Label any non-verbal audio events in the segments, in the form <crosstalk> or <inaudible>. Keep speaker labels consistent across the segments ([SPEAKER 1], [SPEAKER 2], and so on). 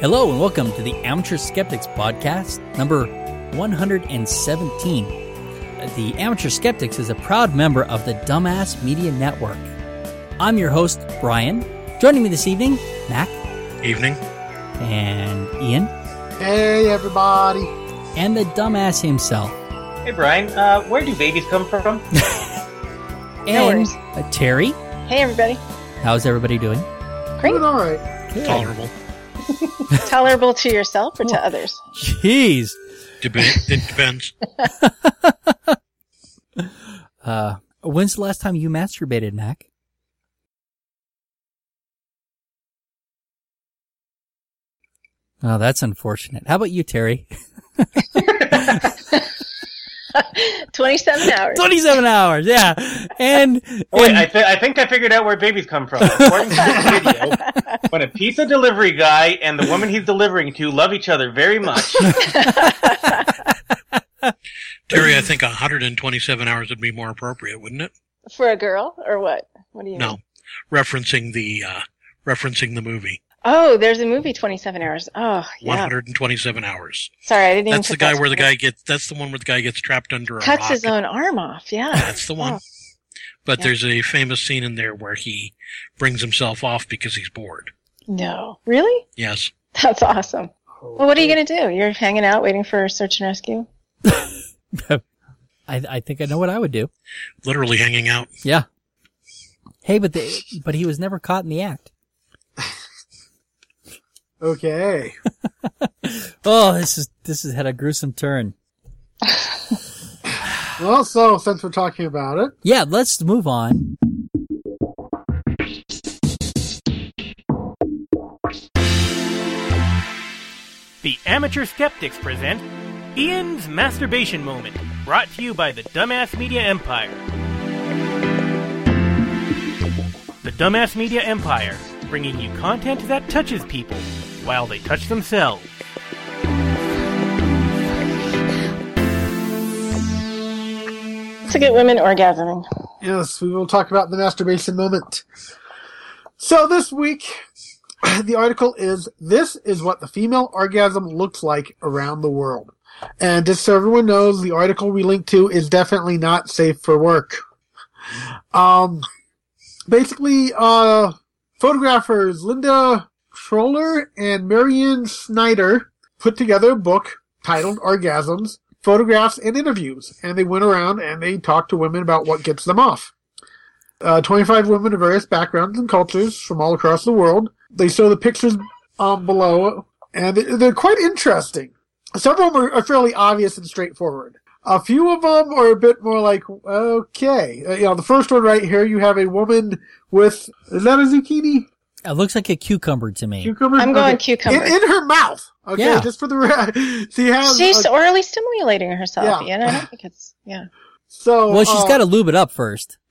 [SPEAKER 1] Hello, and welcome to the Amateur Skeptics Podcast, number 117. The Amateur Skeptics is a proud member of the Dumbass Media Network. I'm your host, Brian. Joining me this evening, Mac
[SPEAKER 2] Evening.
[SPEAKER 1] and Ian,
[SPEAKER 3] Hey, everybody.
[SPEAKER 1] and the dumbass himself,
[SPEAKER 4] Hey Brian, uh, where do babies come from?
[SPEAKER 1] and
[SPEAKER 5] worries.
[SPEAKER 1] uh, Terry.
[SPEAKER 5] Hey everybody.
[SPEAKER 3] <laughs>
[SPEAKER 1] How's everybody doing?
[SPEAKER 5] Great.
[SPEAKER 3] Doing all right.
[SPEAKER 2] Tolerable.
[SPEAKER 5] Tolerable to yourself or to others? <laughs>
[SPEAKER 1] Jeez.
[SPEAKER 2] Deba- it depends.
[SPEAKER 1] Uh, when's the last time you masturbated, Mac? Oh, that's unfortunate. How about you,
[SPEAKER 4] <laughs>
[SPEAKER 1] Terry?
[SPEAKER 3] <laughs>
[SPEAKER 5] 27 hours.
[SPEAKER 1] 27 hours, yeah. And,
[SPEAKER 4] Oh, wait,
[SPEAKER 1] and-
[SPEAKER 4] I, th- I think I figured out where babies come from. According to the video, when a pizza delivery guy and the woman he's delivering to love each other very much,
[SPEAKER 2] Terry, I think 127 hours would be more appropriate, wouldn't it?
[SPEAKER 5] For a girl or what? What do you
[SPEAKER 2] No.
[SPEAKER 5] mean?
[SPEAKER 2] Referencing the uh, referencing the movie.
[SPEAKER 5] Oh, there's a movie 27 hours. Oh, yeah.
[SPEAKER 2] 127 hours.
[SPEAKER 5] Sorry, I didn't even
[SPEAKER 2] That's the
[SPEAKER 5] put
[SPEAKER 2] guy
[SPEAKER 5] that
[SPEAKER 2] where the
[SPEAKER 5] together.
[SPEAKER 2] guy gets. That's the one where the guy gets trapped under a
[SPEAKER 5] cuts
[SPEAKER 2] rock.
[SPEAKER 5] his own arm off. Yeah.
[SPEAKER 2] That's the one.
[SPEAKER 5] Oh.
[SPEAKER 2] But
[SPEAKER 5] Yeah.
[SPEAKER 2] there's a famous scene in there where he brings himself off because he's bored.
[SPEAKER 5] No. Really? <laughs>
[SPEAKER 2] Yes.
[SPEAKER 5] That's awesome. Well, what are you going to do? You're hanging out waiting for search and rescue?
[SPEAKER 1] I, I think I know what I would do.
[SPEAKER 2] Literally hanging out.
[SPEAKER 1] Yeah. Hey, but the, but he was never caught in the act.
[SPEAKER 3] Okay.
[SPEAKER 1] Oh, this is, this has had a gruesome turn.
[SPEAKER 3] Well, so since we're talking about it,
[SPEAKER 1] Yeah, let's move on.
[SPEAKER 6] The Amateur Skeptics present Ian's Masturbation Moment, brought to you by the Dumbass Media Empire. The Dumbass Media Empire, bringing you content that touches people while they touch themselves.
[SPEAKER 5] It's a good women orgasming.
[SPEAKER 3] yes, we will talk about the masturbation moment. So this week, <clears throat> the article is This is what the female orgasm looks like around the world. And just so everyone knows, the article we link to is definitely not safe for work. Um, basically, uh, photographers Linda Troller and Marion Snyder put together a book titled Orgasms, Photographs and Interviews. And they went around and they talked to women about what gets them off. Uh, 25 women of various backgrounds and cultures from all across the world. They show the pictures um, below, and they're quite interesting. Several of them are- are fairly obvious and straightforward. A few of them are a bit more like, okay. Uh, you know, the first one right here, you have a woman with, is that a zucchini?
[SPEAKER 1] It looks like a cucumber to me.
[SPEAKER 3] Cucumber?
[SPEAKER 5] I'm going
[SPEAKER 3] Okay.
[SPEAKER 5] cucumber.
[SPEAKER 3] In, in her mouth. Okay,
[SPEAKER 1] Yeah.
[SPEAKER 3] just for the re- <laughs> so you have uh,
[SPEAKER 5] She's
[SPEAKER 3] a-
[SPEAKER 5] orally stimulating herself,
[SPEAKER 3] Oh, Yeah.
[SPEAKER 5] Ian. I don't think it's, yeah.
[SPEAKER 3] so
[SPEAKER 1] Well,
[SPEAKER 4] oh.
[SPEAKER 1] she's
[SPEAKER 3] uh,
[SPEAKER 1] got to lube it up first.
[SPEAKER 3] <laughs>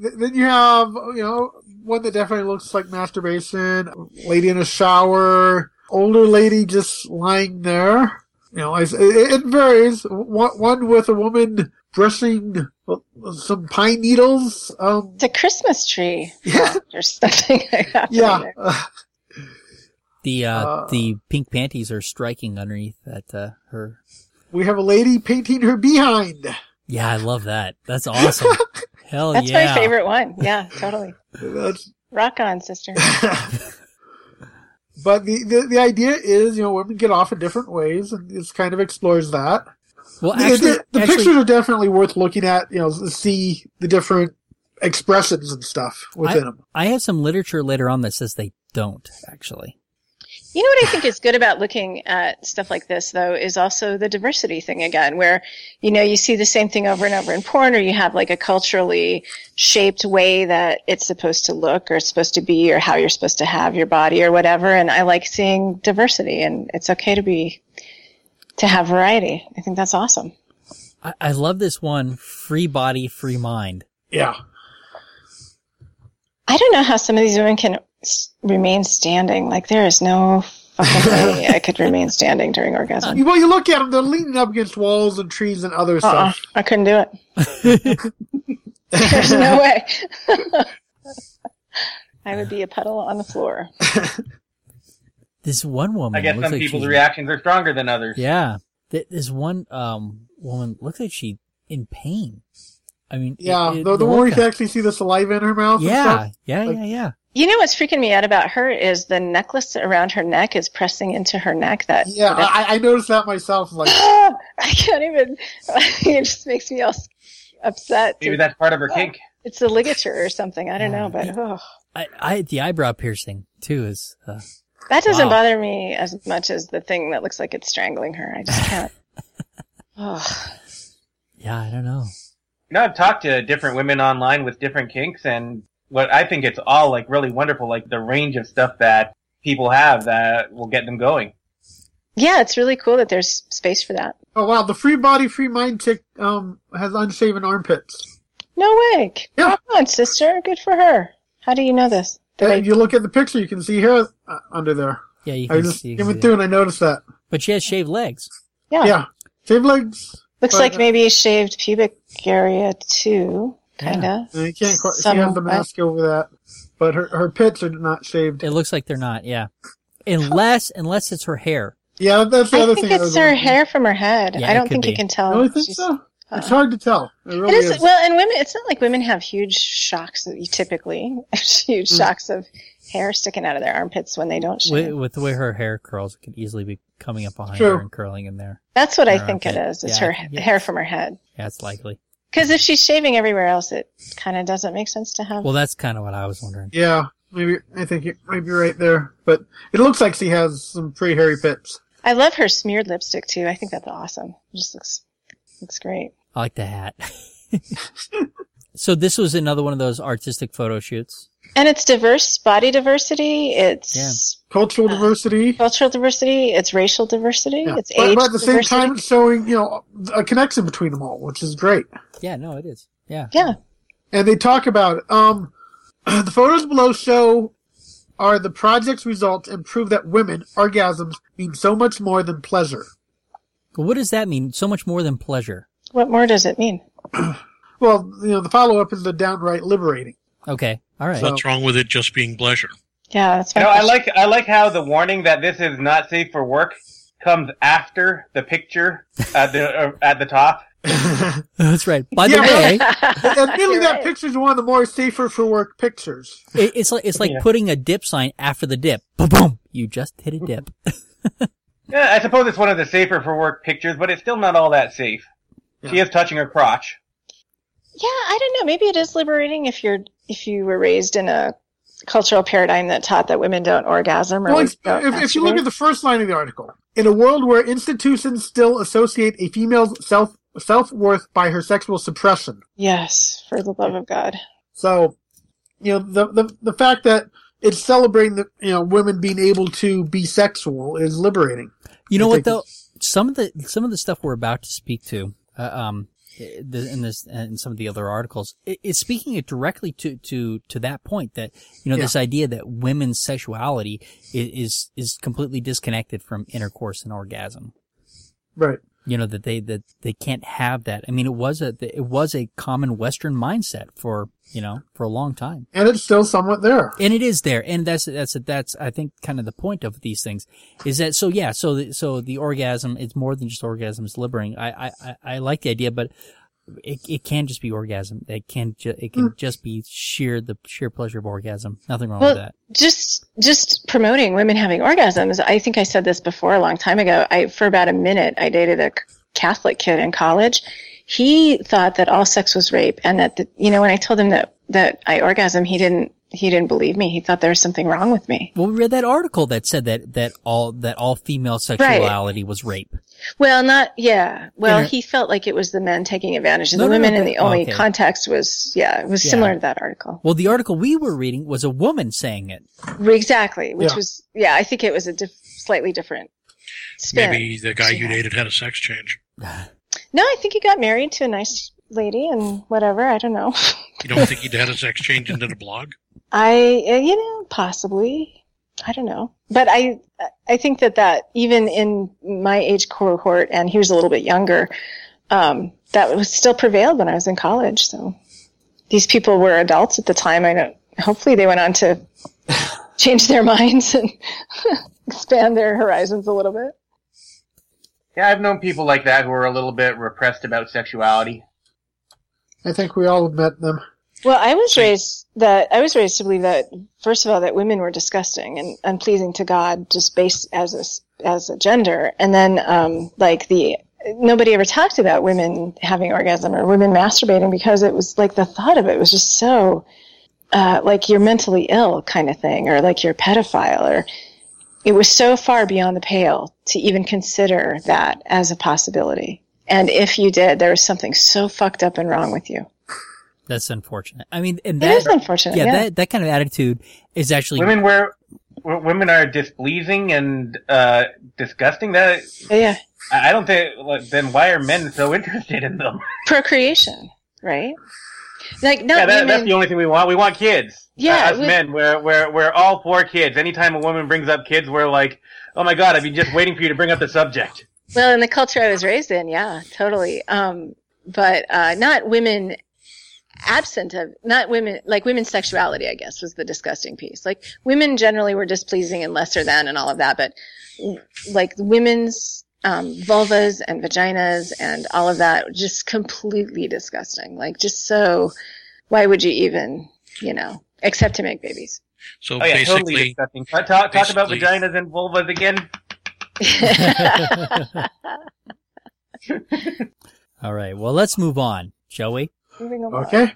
[SPEAKER 3] Th- then you have you know one that definitely looks like masturbation lady in a shower older lady just lying there you know I s- it, it varies one, one with a woman brushing uh, some pine needles um <laughs>
[SPEAKER 5] It's a Christmas tree
[SPEAKER 3] yeah
[SPEAKER 5] or <laughs> something.
[SPEAKER 3] yeah
[SPEAKER 5] happening
[SPEAKER 3] uh,
[SPEAKER 1] The uh,
[SPEAKER 3] Uh.
[SPEAKER 1] the pink panties are striking underneath that uh, her.
[SPEAKER 3] we have a lady painting her behind
[SPEAKER 1] Yeah, I love that. That's awesome.
[SPEAKER 5] <laughs>
[SPEAKER 1] Hell
[SPEAKER 5] That's
[SPEAKER 1] yeah.
[SPEAKER 5] my favorite one. Yeah, totally.
[SPEAKER 3] that's
[SPEAKER 5] Rock
[SPEAKER 2] <laughs>
[SPEAKER 5] on, sister.
[SPEAKER 3] but the, the the idea is you know women get off in different ways and this kind of explores that
[SPEAKER 1] Well,
[SPEAKER 3] The-
[SPEAKER 1] actually,
[SPEAKER 3] the, the
[SPEAKER 1] actually,
[SPEAKER 3] pictures are definitely worth looking at. You know, see the different expressions and stuff within them.
[SPEAKER 1] I have some literature later on that says they don't actually.
[SPEAKER 5] You know what I think is good about looking at stuff like this, though, is also the diversity thing again, where, you know, you see the same thing over and over in porn, or you have like a culturally shaped way that it's supposed to look or it's supposed to be or how you're supposed to have your body or whatever. And I like seeing diversity and it's okay to be, to have variety. I think that's awesome.
[SPEAKER 1] I, I love this one. Free body, free mind.
[SPEAKER 3] Yeah,
[SPEAKER 5] I don't know how some of these women can s- remain standing. Like there is no fucking way I could remain standing during orgasm.
[SPEAKER 3] You- well, you look at them; they're leaning up against walls and trees and other
[SPEAKER 5] Uh-uh.
[SPEAKER 3] stuff.
[SPEAKER 5] I couldn't do it. There's no way. I would be a puddle on the floor.
[SPEAKER 1] This one woman.
[SPEAKER 4] I guess
[SPEAKER 1] looks
[SPEAKER 4] some
[SPEAKER 1] like
[SPEAKER 4] people's
[SPEAKER 1] she's-
[SPEAKER 4] reactions are stronger than others.
[SPEAKER 1] Yeah. Th- This one um woman looks like she in pain. I mean, it-
[SPEAKER 3] Yeah,
[SPEAKER 1] it-
[SPEAKER 3] the, the one where you can
[SPEAKER 1] workout-
[SPEAKER 3] actually see the saliva in her mouth. and
[SPEAKER 1] Yeah,
[SPEAKER 3] stuff.
[SPEAKER 1] yeah,
[SPEAKER 3] Like-
[SPEAKER 1] yeah, yeah.
[SPEAKER 5] You know what's freaking me out about her is the necklace around her neck is pressing into her neck. That
[SPEAKER 3] yeah. I, I noticed that myself. Like,
[SPEAKER 5] Ah, <gasps> I can't even. <laughs> It just makes me all s- upset.
[SPEAKER 4] Maybe that's part of her kink.
[SPEAKER 5] It's a ligature or something. I don't know, but ugh.
[SPEAKER 1] I, I the eyebrow piercing too is. Uh,
[SPEAKER 5] that doesn't
[SPEAKER 1] Wow.
[SPEAKER 5] bother me as much as the thing that looks like it's strangling her. I just can't. Ugh.
[SPEAKER 1] yeah, I don't know.
[SPEAKER 4] You know, I've talked to different women online with different kinks, and what I think it's all like really wonderful, like the range of stuff that people have that will get them going.
[SPEAKER 5] yeah, it's really cool that there's space for that.
[SPEAKER 3] oh wow, the free body, free mind chick um has unshaven armpits.
[SPEAKER 5] No way.
[SPEAKER 3] Yeah.
[SPEAKER 5] Come on, sister. Good for her. How do you know this? The way-
[SPEAKER 3] If you look at the picture, you can see hair uh, under there.
[SPEAKER 1] Yeah, you
[SPEAKER 3] I
[SPEAKER 1] can
[SPEAKER 3] was just
[SPEAKER 1] see.
[SPEAKER 3] even through and I noticed that.
[SPEAKER 1] But she has shaved legs.
[SPEAKER 5] yeah.
[SPEAKER 3] Yeah, shaved legs.
[SPEAKER 5] Looks
[SPEAKER 3] But,
[SPEAKER 5] like
[SPEAKER 3] uh,
[SPEAKER 5] maybe shaved pubic area too, kind of.
[SPEAKER 3] And Uh, you can't quite. She has the
[SPEAKER 5] Somewhat.
[SPEAKER 3] mask over that, but her her pits are not shaved.
[SPEAKER 1] It looks like they're not. Yeah, unless unless it's her hair.
[SPEAKER 3] Yeah, that's the
[SPEAKER 5] I
[SPEAKER 3] other
[SPEAKER 5] think
[SPEAKER 3] thing. I
[SPEAKER 5] it's
[SPEAKER 3] was
[SPEAKER 5] her
[SPEAKER 3] wondering.
[SPEAKER 5] hair from her head.
[SPEAKER 1] Yeah,
[SPEAKER 5] I
[SPEAKER 1] it
[SPEAKER 5] don't
[SPEAKER 1] could
[SPEAKER 5] think
[SPEAKER 1] be.
[SPEAKER 5] you can tell.
[SPEAKER 3] You really think
[SPEAKER 5] She's-
[SPEAKER 3] so?
[SPEAKER 5] uh,
[SPEAKER 3] It's hard to tell. It
[SPEAKER 5] It
[SPEAKER 3] really
[SPEAKER 5] is
[SPEAKER 3] is.
[SPEAKER 5] well, and women. It's not like women have huge shocks that you typically <laughs> huge
[SPEAKER 3] Mm.
[SPEAKER 5] shocks of hair sticking out of their armpits when they don't shave.
[SPEAKER 1] With, with the way her hair curls, it could easily be coming up behind
[SPEAKER 3] True.
[SPEAKER 1] her and curling in there.
[SPEAKER 5] That's what I
[SPEAKER 1] her
[SPEAKER 5] think
[SPEAKER 1] armpit.
[SPEAKER 5] it is. It's
[SPEAKER 1] Yeah,
[SPEAKER 5] her
[SPEAKER 1] yeah.
[SPEAKER 5] hair from her head.
[SPEAKER 1] Yeah, it's likely.
[SPEAKER 5] Because if she's shaving everywhere else, it kind of doesn't make sense to have.
[SPEAKER 1] Well, that's kind of what I was wondering.
[SPEAKER 3] Yeah, maybe I think it might be right there, but it looks like she has some pretty hairy pits.
[SPEAKER 5] I love her smeared lipstick too. I think that's awesome. It just looks looks great.
[SPEAKER 1] I like the hat. <laughs> so this was another one of those artistic photo shoots.
[SPEAKER 5] And it's diverse body diversity. It's
[SPEAKER 3] Cultural diversity.
[SPEAKER 5] cultural diversity. It's racial diversity.
[SPEAKER 3] Yeah.
[SPEAKER 5] Uh, It's
[SPEAKER 3] but,
[SPEAKER 5] age
[SPEAKER 3] but at the same
[SPEAKER 5] diversity.
[SPEAKER 3] time, it's showing you know a connection between them all, which is great.
[SPEAKER 1] Yeah, no, it is. Yeah.
[SPEAKER 5] yeah.
[SPEAKER 3] And they talk about it. Um, <clears throat> the photos below show are the project's results and prove that women orgasms mean so much more than pleasure.
[SPEAKER 1] Well, what does that mean? So much more than pleasure.
[SPEAKER 5] What more does it mean?
[SPEAKER 3] Well, you know the follow up is the downright
[SPEAKER 5] <laughs>
[SPEAKER 3] liberating.
[SPEAKER 1] Okay. All right.
[SPEAKER 3] So-
[SPEAKER 2] What's wrong with it just being pleasure?
[SPEAKER 5] Yeah, that's my
[SPEAKER 4] You know, I
[SPEAKER 5] question.
[SPEAKER 4] like I like how the warning that this is not safe for work comes after the
[SPEAKER 5] <laughs>
[SPEAKER 4] picture at the uh, at the top.
[SPEAKER 1] <laughs> that's right. By the
[SPEAKER 3] Yeah,
[SPEAKER 1] way,
[SPEAKER 3] Admittedly,
[SPEAKER 5] You're
[SPEAKER 3] that
[SPEAKER 5] right.
[SPEAKER 3] picture's one of the more safer for work pictures.
[SPEAKER 1] it, it's like it's like
[SPEAKER 4] Yeah.
[SPEAKER 1] putting a dip sign after the dip. Ba boom! You just hit a dip.
[SPEAKER 4] Yeah, I suppose it's one of the safer for work pictures, but it's still not all that safe. She
[SPEAKER 3] Yeah.
[SPEAKER 4] is touching her crotch.
[SPEAKER 5] <laughs> Yeah, I don't know. Maybe it is liberating if you're if you were raised in a cultural paradigm that taught that women don't orgasm or
[SPEAKER 3] Well, if,
[SPEAKER 5] like, don't
[SPEAKER 3] if, if you look
[SPEAKER 5] masturbate.
[SPEAKER 3] at the first line of the article, in a world where institutions still associate a female's self self worth by her sexual suppression,
[SPEAKER 5] yes, for the love of God,
[SPEAKER 3] so you know the the the fact that it's celebrating the you know women being able to be sexual is liberating.
[SPEAKER 1] You know
[SPEAKER 3] I
[SPEAKER 1] what
[SPEAKER 3] think
[SPEAKER 1] though? Some of the some of the stuff we're about to speak to, uh, um, i- the- in this and some of the other articles, i- is speaking it directly to to to that point that you know
[SPEAKER 3] Yeah.
[SPEAKER 1] this idea that women's sexuality i- is is completely disconnected from intercourse and orgasm.
[SPEAKER 3] Right.
[SPEAKER 1] You know that they that they can't have that. I mean, it was a it was a common Western mindset for you know for a long time.
[SPEAKER 3] And it's still somewhat there.
[SPEAKER 1] and it is there and that's that's that's i think kind of the point of these things is that so yeah so the, so the orgasm it's more than just orgasm it's liberating i I- i i like the idea but it, it can just be orgasm it can ju- it can just be sheer the sheer pleasure of orgasm nothing wrong with
[SPEAKER 5] Mm. Well,
[SPEAKER 1] that
[SPEAKER 5] just just promoting women having orgasms. I think I said this before a long time ago. I for about a minute I dated a Catholic kid in college. He thought that all sex was rape, and that the, you know when I told him that that I orgasm, he didn't he didn't believe me. He thought there was something wrong with me.
[SPEAKER 1] well we read that article that said that that all that all female sexuality was rape
[SPEAKER 5] Well, not yeah. Well,
[SPEAKER 1] Yeah.
[SPEAKER 5] he felt like it was the men taking advantage of
[SPEAKER 1] No,
[SPEAKER 5] the
[SPEAKER 1] no, no,
[SPEAKER 5] women,
[SPEAKER 1] but-
[SPEAKER 5] and the only
[SPEAKER 1] okay.
[SPEAKER 5] context was yeah, it was
[SPEAKER 1] Yeah.
[SPEAKER 5] similar to that article.
[SPEAKER 1] well the article we were reading was a woman saying it
[SPEAKER 5] Exactly, which
[SPEAKER 3] Yeah.
[SPEAKER 5] was yeah. I think it was a diff- slightly different spin.
[SPEAKER 2] Maybe the guy you
[SPEAKER 5] Yeah.
[SPEAKER 2] dated had a sex change.
[SPEAKER 5] No, I think he got married to a nice lady and whatever. I don't know. <laughs>
[SPEAKER 2] You don't think he'd had a sex change and did a blog?
[SPEAKER 5] I uh, you know possibly. I don't know, but I I think that that even in my age cohort, and he was a little bit younger, um, that was still prevailed when I was in college. So these people were adults at the time. I don't. Hopefully, they went on to change their minds and <laughs> expand their horizons a little bit.
[SPEAKER 4] Yeah, I've known people like that who are a little bit repressed about sexuality.
[SPEAKER 3] I think we all have met them.
[SPEAKER 5] Well, I was raised that I was raised to believe that first of all that women were disgusting and unpleasing to God just based as a s- as a gender, and then um, like the nobody ever talked about women having orgasm or women masturbating because it was like the thought of it was just so uh, like you're mentally ill kind of thing or like you're a pedophile or it was so far beyond the pale to even consider that as a possibility. And if you did, there was something so fucked up and wrong with you.
[SPEAKER 1] That's unfortunate. I mean, and
[SPEAKER 5] It
[SPEAKER 1] that
[SPEAKER 5] is unfortunate.
[SPEAKER 1] yeah,
[SPEAKER 5] yeah.
[SPEAKER 1] that that kind of attitude is actually
[SPEAKER 4] Women were, were women are displeasing and uh, disgusting. That
[SPEAKER 5] yeah.
[SPEAKER 4] I I don't think. Like, then why are men so <laughs> interested in them?
[SPEAKER 5] procreation, right? Like not
[SPEAKER 4] yeah, that,
[SPEAKER 5] women.
[SPEAKER 4] that's the only thing we want. We want kids.
[SPEAKER 5] Yeah,
[SPEAKER 4] Uh, us
[SPEAKER 5] we-
[SPEAKER 4] men, we're we're we're all for kids. Anytime a woman brings up kids, we're like, oh my god, I've been just waiting for you to bring up the subject.
[SPEAKER 5] well, in the culture I was raised in, yeah, totally. Um, but uh, not women absent of not women like women's sexuality. I guess was the disgusting piece. Like women generally were displeasing and lesser than and all of that, but like women's um, vulvas and vaginas and all of that just completely disgusting. Like just so, why would you even you know except to make babies? <laughs>
[SPEAKER 2] So
[SPEAKER 4] Oh yeah, totally
[SPEAKER 2] basically,
[SPEAKER 4] disgusting. Talk, talk, talk about
[SPEAKER 2] basically-
[SPEAKER 4] vaginas and vulvas again.
[SPEAKER 1] all right. Well, let's move on, shall we?
[SPEAKER 5] Moving along.
[SPEAKER 3] Okay.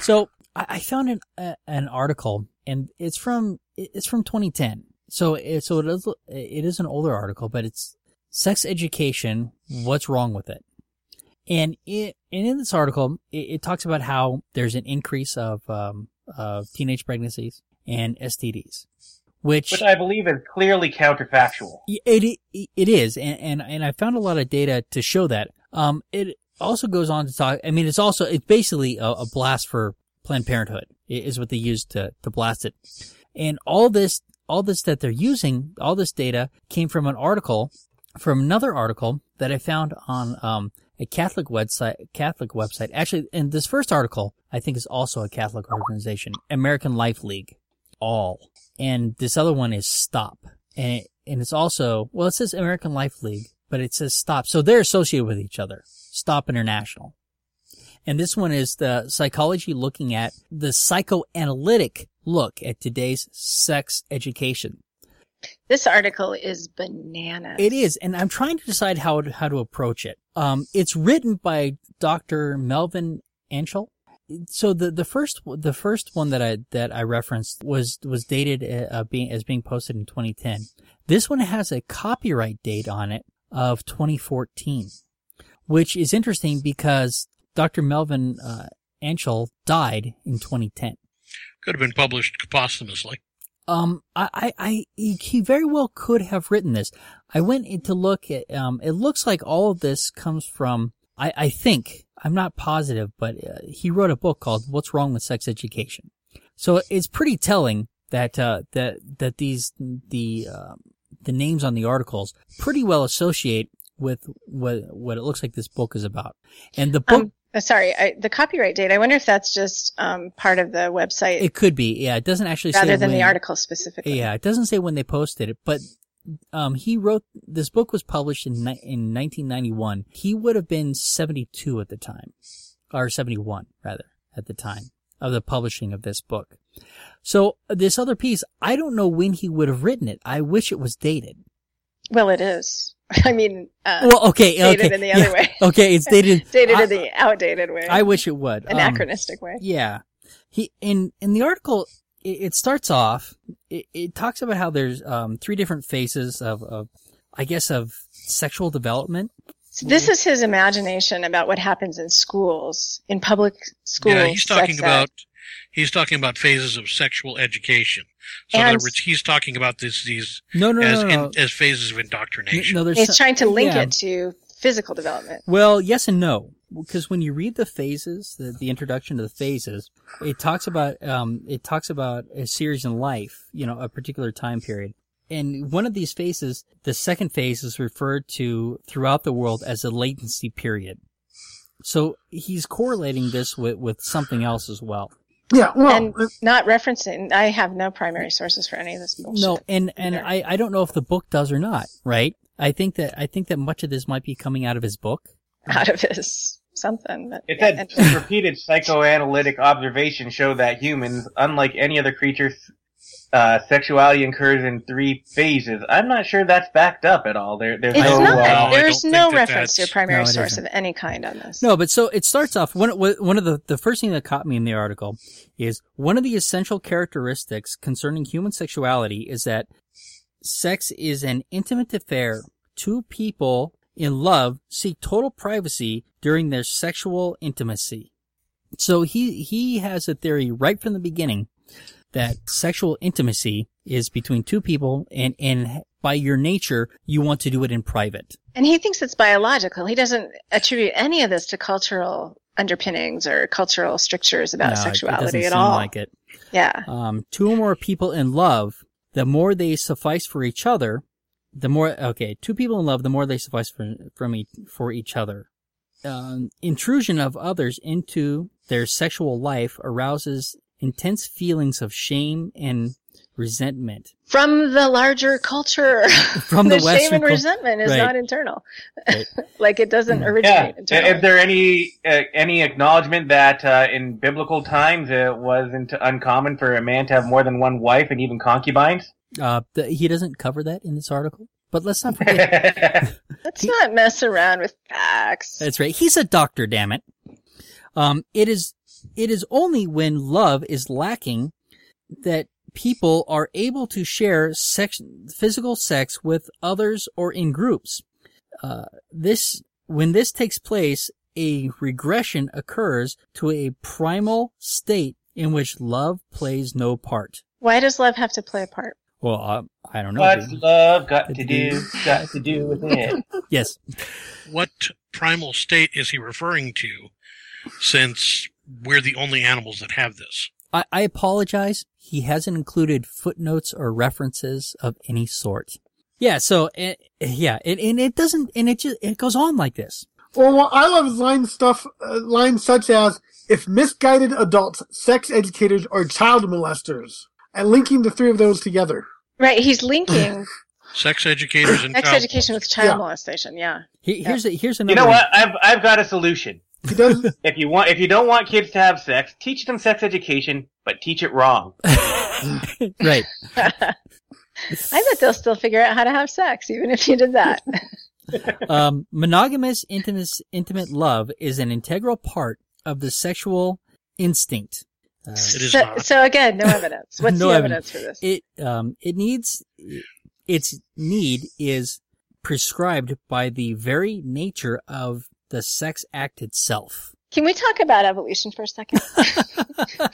[SPEAKER 1] So I, I found an uh, an article, and it's from it's from 2010. So it, so it is it is an older article, but it's sex education. What's wrong with it? And it and in this article, it, it talks about how there's an increase of um, of teenage pregnancies and STDs,
[SPEAKER 4] which I believe is clearly counterfactual.
[SPEAKER 1] Y- It it, it is, and, and and I found a lot of data to show that. Um, it also goes on to talk. I mean, it's also it's basically a, a blast for Planned Parenthood i- is what they use to to blast it, and all this all this that they're using, all this data came from an article from another article that I found on um a Catholic website Catholic website actually, and this first article I think is also a Catholic organization, American Life League, all, and this other one is Stop and it, and it's also well, it says American Life League, but it says Stop, so they're associated with each other. Stop International, and this one is the psychology looking at the psychoanalytic look at today's sex education.
[SPEAKER 5] This article is bananas.
[SPEAKER 1] It is, and I'm trying to decide how to, how to approach it. Um, it's written by Dr. Melvin Anschel. So the the first the first one that I that I referenced was was dated uh, uh, being as being posted in 2010. This one has a copyright date on it of 2014, which is interesting because Dr. Melvin uh, Anschel died in 2010.
[SPEAKER 2] could have been published posthumously.
[SPEAKER 1] Um, I, I, I he, he very well could have written this. I went in to look at, um, it looks like all of this comes from, I, I think, I'm not positive, but uh, he wrote a book called What's Wrong with Sex Education. So it's pretty telling that, uh, that, that these, the, um, the names on the articles pretty well associate with what, what it looks like this book is about. And the book,
[SPEAKER 5] Um, uh, sorry, I, the copyright date. I wonder if that's just um, part of the website
[SPEAKER 1] it could be, yeah, it doesn't actually say
[SPEAKER 5] rather than the
[SPEAKER 1] when-
[SPEAKER 5] article specifically.
[SPEAKER 1] Yeah, it doesn't say when they posted it, but um, he wrote this book was published in ni- in 1991. He would have been 72 at the time, or 71 rather at the time of the publishing of this book. So this other piece, I don't know when he would have written it. I wish it was dated.
[SPEAKER 5] Well, it is. <laughs> I mean, uh,
[SPEAKER 1] Well, okay,
[SPEAKER 5] dated
[SPEAKER 1] okay,
[SPEAKER 5] in the
[SPEAKER 1] <laughs>
[SPEAKER 5] other
[SPEAKER 1] yeah,
[SPEAKER 5] way.
[SPEAKER 1] Okay, it's dated.
[SPEAKER 5] <laughs> dated
[SPEAKER 1] I,
[SPEAKER 5] in the outdated way,
[SPEAKER 1] I wish it would. Um,
[SPEAKER 5] anachronistic way.
[SPEAKER 1] Yeah. He in in the article it, it starts off it, it talks about how there's um three different phases of of I guess of sexual development.
[SPEAKER 5] So this is his imagination about what happens in schools, in public schools.
[SPEAKER 2] yeah, he's talking
[SPEAKER 5] sex ed.
[SPEAKER 2] about he's talking about phases of sexual education. So in
[SPEAKER 5] And-
[SPEAKER 2] other words, he's talking about this these
[SPEAKER 1] No, no,
[SPEAKER 2] as
[SPEAKER 1] no, no.
[SPEAKER 2] in, as phases of
[SPEAKER 1] no,
[SPEAKER 2] indoctrination.
[SPEAKER 1] no there's
[SPEAKER 5] He's
[SPEAKER 1] so-
[SPEAKER 5] trying to link
[SPEAKER 1] yeah.
[SPEAKER 5] it to physical development.
[SPEAKER 1] Well, yes and no, because when you read the phases, the, the introduction to the phases, it talks about um, it talks about a series in life, you know, a particular time period. And one of these phases, the second phase, is referred to throughout the world as a latency period. So he's correlating this with, with something else as well. uh,
[SPEAKER 3] Yeah, well,
[SPEAKER 5] and not referencing. I have no primary sources for any of this bullshit.
[SPEAKER 1] No, and and
[SPEAKER 5] either.
[SPEAKER 1] I I don't know if the book does or not. Right? I think that I think that much of this might be coming out of his book.
[SPEAKER 5] out of his something. But
[SPEAKER 4] It
[SPEAKER 5] and-
[SPEAKER 4] said <laughs> repeated psychoanalytic observation show that humans, unlike any other creatures, uh, sexuality occurs in three phases. I'm not sure that's backed up at all. There, there's
[SPEAKER 5] it's
[SPEAKER 4] no.
[SPEAKER 5] not.
[SPEAKER 2] I
[SPEAKER 4] Uh,
[SPEAKER 2] don't
[SPEAKER 5] There's
[SPEAKER 2] think
[SPEAKER 5] no
[SPEAKER 2] that
[SPEAKER 5] reference to a
[SPEAKER 2] that's-
[SPEAKER 5] primary
[SPEAKER 1] No, it
[SPEAKER 5] source
[SPEAKER 1] isn't.
[SPEAKER 5] of any kind on this.
[SPEAKER 1] No, but so it starts off. One one of the the first thing that caught me in the article is one of the essential characteristics concerning human sexuality is that sex is an intimate affair. Two people in love seek total privacy during their sexual intimacy. So he he has a theory right from the beginning that sexual intimacy is between two people, and and by your nature you want to do it in private.
[SPEAKER 5] And he thinks it's biological. He doesn't attribute any of this to cultural underpinnings or cultural strictures
[SPEAKER 1] No,
[SPEAKER 5] about
[SPEAKER 1] it- it doesn't
[SPEAKER 5] sexuality at
[SPEAKER 1] seem
[SPEAKER 5] all.
[SPEAKER 1] like it.
[SPEAKER 5] Yeah.
[SPEAKER 1] um, two or more people in love, the more they suffice for each other, the more okay, two people in love, the more they suffice for from each, for each other. Um, intrusion of others into their sexual life arouses intense feelings of shame and resentment.
[SPEAKER 5] From the larger culture.
[SPEAKER 1] From
[SPEAKER 5] <laughs>
[SPEAKER 1] the
[SPEAKER 5] shame
[SPEAKER 1] Western
[SPEAKER 5] and
[SPEAKER 1] cul-
[SPEAKER 5] resentment is
[SPEAKER 1] Right.
[SPEAKER 5] not internal.
[SPEAKER 1] Right.
[SPEAKER 5] <laughs>
[SPEAKER 1] Mm-hmm.
[SPEAKER 5] like it doesn't
[SPEAKER 4] yeah.
[SPEAKER 5] originate internally.
[SPEAKER 4] Is there any uh, any acknowledgement that uh, in biblical times it wasn't uncommon for a man to have more than one wife and even concubines? <laughs>
[SPEAKER 1] Uh, the, he doesn't cover that in this article, but let's not
[SPEAKER 5] <laughs>
[SPEAKER 1] forget.
[SPEAKER 5] Let's not mess around with facts.
[SPEAKER 1] That's right. He's a doctor, damn it. Um, it is, it is only when love is lacking that people are able to share sex, physical sex with others or in groups. Uh, this, when this takes place, a regression occurs to a primal state in which love plays no part.
[SPEAKER 5] Why does love have to play a part?
[SPEAKER 1] Well, uh, I don't know.
[SPEAKER 4] What's
[SPEAKER 1] dude.
[SPEAKER 4] love got to do? Got to do with <laughs> it?
[SPEAKER 1] Yes.
[SPEAKER 2] What primal state is he referring to since we're the only animals that have this?
[SPEAKER 1] I, I apologize. He hasn't included footnotes or references of any sort. Yeah. So it, yeah, and, and it doesn't, and it just it goes on like this.
[SPEAKER 3] Or what I love is line stuff, uh, lines such as "If misguided adults, sex educators, or child molesters," and linking the three of those together.
[SPEAKER 5] Right.
[SPEAKER 4] <clears throat>
[SPEAKER 5] He's linking
[SPEAKER 2] Sex educators and
[SPEAKER 5] sex
[SPEAKER 2] child-
[SPEAKER 5] education with child
[SPEAKER 3] Yeah.
[SPEAKER 5] molestation. Yeah.
[SPEAKER 1] Here, here's a, here's another.
[SPEAKER 4] You know
[SPEAKER 1] one.
[SPEAKER 4] what? I've I've got a solution.
[SPEAKER 3] He does.
[SPEAKER 4] <laughs> If you want, if you don't want kids to have sex, teach them sex education, but teach it wrong.
[SPEAKER 1] <laughs> Right.
[SPEAKER 5] I bet they'll still figure out how to have sex, even if you
[SPEAKER 1] <laughs>
[SPEAKER 5] did that.
[SPEAKER 1] um, monogamous intimate, intimate love is an integral part of the sexual instinct. Uh,
[SPEAKER 2] It is
[SPEAKER 5] so,
[SPEAKER 2] not.
[SPEAKER 5] so again, no
[SPEAKER 1] <laughs>
[SPEAKER 5] evidence. What's
[SPEAKER 1] No
[SPEAKER 5] the
[SPEAKER 1] evidence.
[SPEAKER 5] evidence, for this?
[SPEAKER 1] it um it needs its need is prescribed by the very nature of the sex act itself.
[SPEAKER 5] Can we talk about evolution for
[SPEAKER 1] <laughs>
[SPEAKER 5] a second?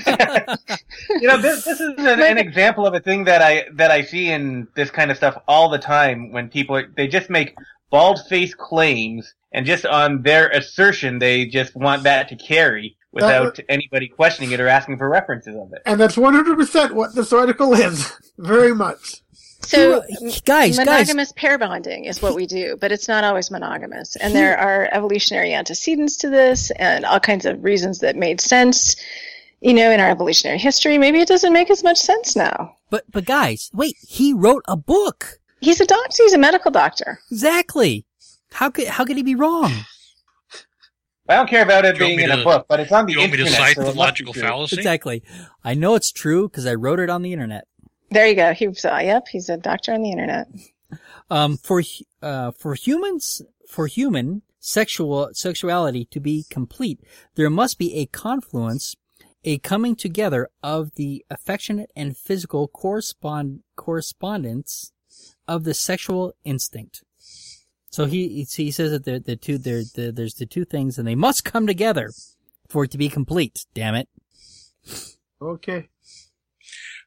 [SPEAKER 4] You know, this, this is an, <laughs> an example of a thing that I that I see in this kind of stuff all the time when people are, they just make bald faced claims and just on their assertion they just want that to carry without anybody questioning it or asking for references of it.
[SPEAKER 3] and that's 100% what this article is. <laughs> Very much.
[SPEAKER 5] so,
[SPEAKER 1] guys, guys,
[SPEAKER 5] monogamous pair bonding is what we do, but it's not always monogamous. And there
[SPEAKER 1] Hmm.
[SPEAKER 5] are evolutionary antecedents to this and all kinds of reasons that made sense, you know, in our evolutionary history. Maybe it doesn't make as much sense now.
[SPEAKER 1] but but guys, wait, he wrote a book.
[SPEAKER 5] He's a doctor, he's a medical doctor.
[SPEAKER 1] Exactly. How could how could he be wrong?
[SPEAKER 4] I don't care about it
[SPEAKER 2] You want
[SPEAKER 4] being
[SPEAKER 2] me
[SPEAKER 4] in
[SPEAKER 2] to-
[SPEAKER 4] a book, but it's on the
[SPEAKER 2] You want me to
[SPEAKER 4] internet.
[SPEAKER 2] cite
[SPEAKER 4] so
[SPEAKER 2] the
[SPEAKER 4] it must
[SPEAKER 2] logical
[SPEAKER 4] be true.
[SPEAKER 2] fallacy?
[SPEAKER 1] Exactly. I know it's true because I wrote it on the internet.
[SPEAKER 5] There you go. He saw, yep, he's a doctor on the internet.
[SPEAKER 1] Um, for hu- uh, for humans, for human sexual sexuality to be complete, there must be a confluence, a coming together of the affectionate and physical correspond correspondence of the sexual instinct. So he he says that the the two there the, there's the two things and they must come together for it to be complete. Damn it!
[SPEAKER 3] Okay.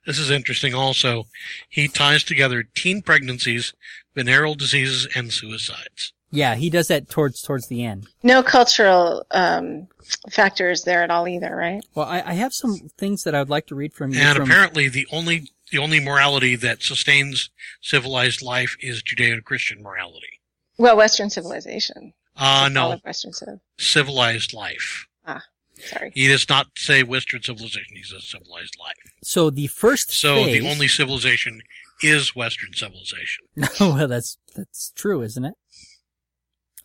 [SPEAKER 2] This is interesting also. He ties together teen pregnancies, venereal diseases, and suicides.
[SPEAKER 1] Yeah, he does that towards towards the end.
[SPEAKER 5] No cultural um, factors there at all either, right?
[SPEAKER 1] Well, I, I have some things that I would like to read Mm-hmm. from you.
[SPEAKER 2] And
[SPEAKER 1] from,
[SPEAKER 2] apparently the only the only morality that sustains civilized life is Judeo-Christian morality.
[SPEAKER 5] Well, Western civilization.
[SPEAKER 2] Uh
[SPEAKER 5] All
[SPEAKER 2] no,
[SPEAKER 5] of Western civ.
[SPEAKER 2] civilized life.
[SPEAKER 5] Ah. Sorry. <laughs>
[SPEAKER 2] He does not say Western civilization is a civilized life.
[SPEAKER 1] So the first
[SPEAKER 2] So
[SPEAKER 1] phase.
[SPEAKER 2] the only civilization is Western civilization.
[SPEAKER 4] <laughs>
[SPEAKER 1] Oh, well, that's that's true, isn't it?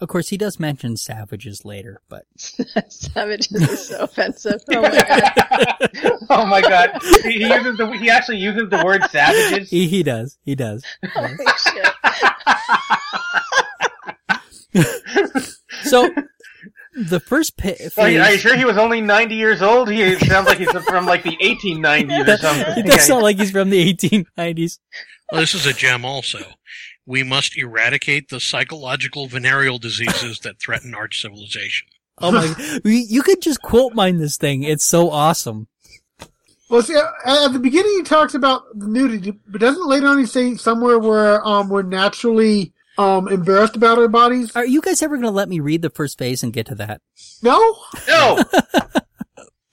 [SPEAKER 1] Of course, he does mention savages later, but <laughs>
[SPEAKER 5] Savages is so offensive. Oh my
[SPEAKER 4] <laughs>
[SPEAKER 5] god.
[SPEAKER 4] oh my god, he, he uses the he actually uses the word savages.
[SPEAKER 1] he, he does, he does.
[SPEAKER 5] Holy shit.
[SPEAKER 4] <laughs>
[SPEAKER 1] So the first pa- phase. <laughs>
[SPEAKER 4] Are you, are you sure he was only 90 years old? He it sounds like he's from like the 1890s or something.
[SPEAKER 1] It does sound like he's from the 1890s.
[SPEAKER 2] Well, this is a gem also. We must eradicate the psychological venereal diseases that threaten our civilization.
[SPEAKER 1] Oh
[SPEAKER 4] <laughs>
[SPEAKER 1] my! You you could just quote mine this thing. It's so awesome.
[SPEAKER 3] Well, see, at- at the beginning he talks about the nudity, but doesn't later on he say somewhere where um we're naturally um embarrassed about our bodies?
[SPEAKER 1] Are you guys ever going to let me read the first phase and get to that?
[SPEAKER 3] No,
[SPEAKER 4] no,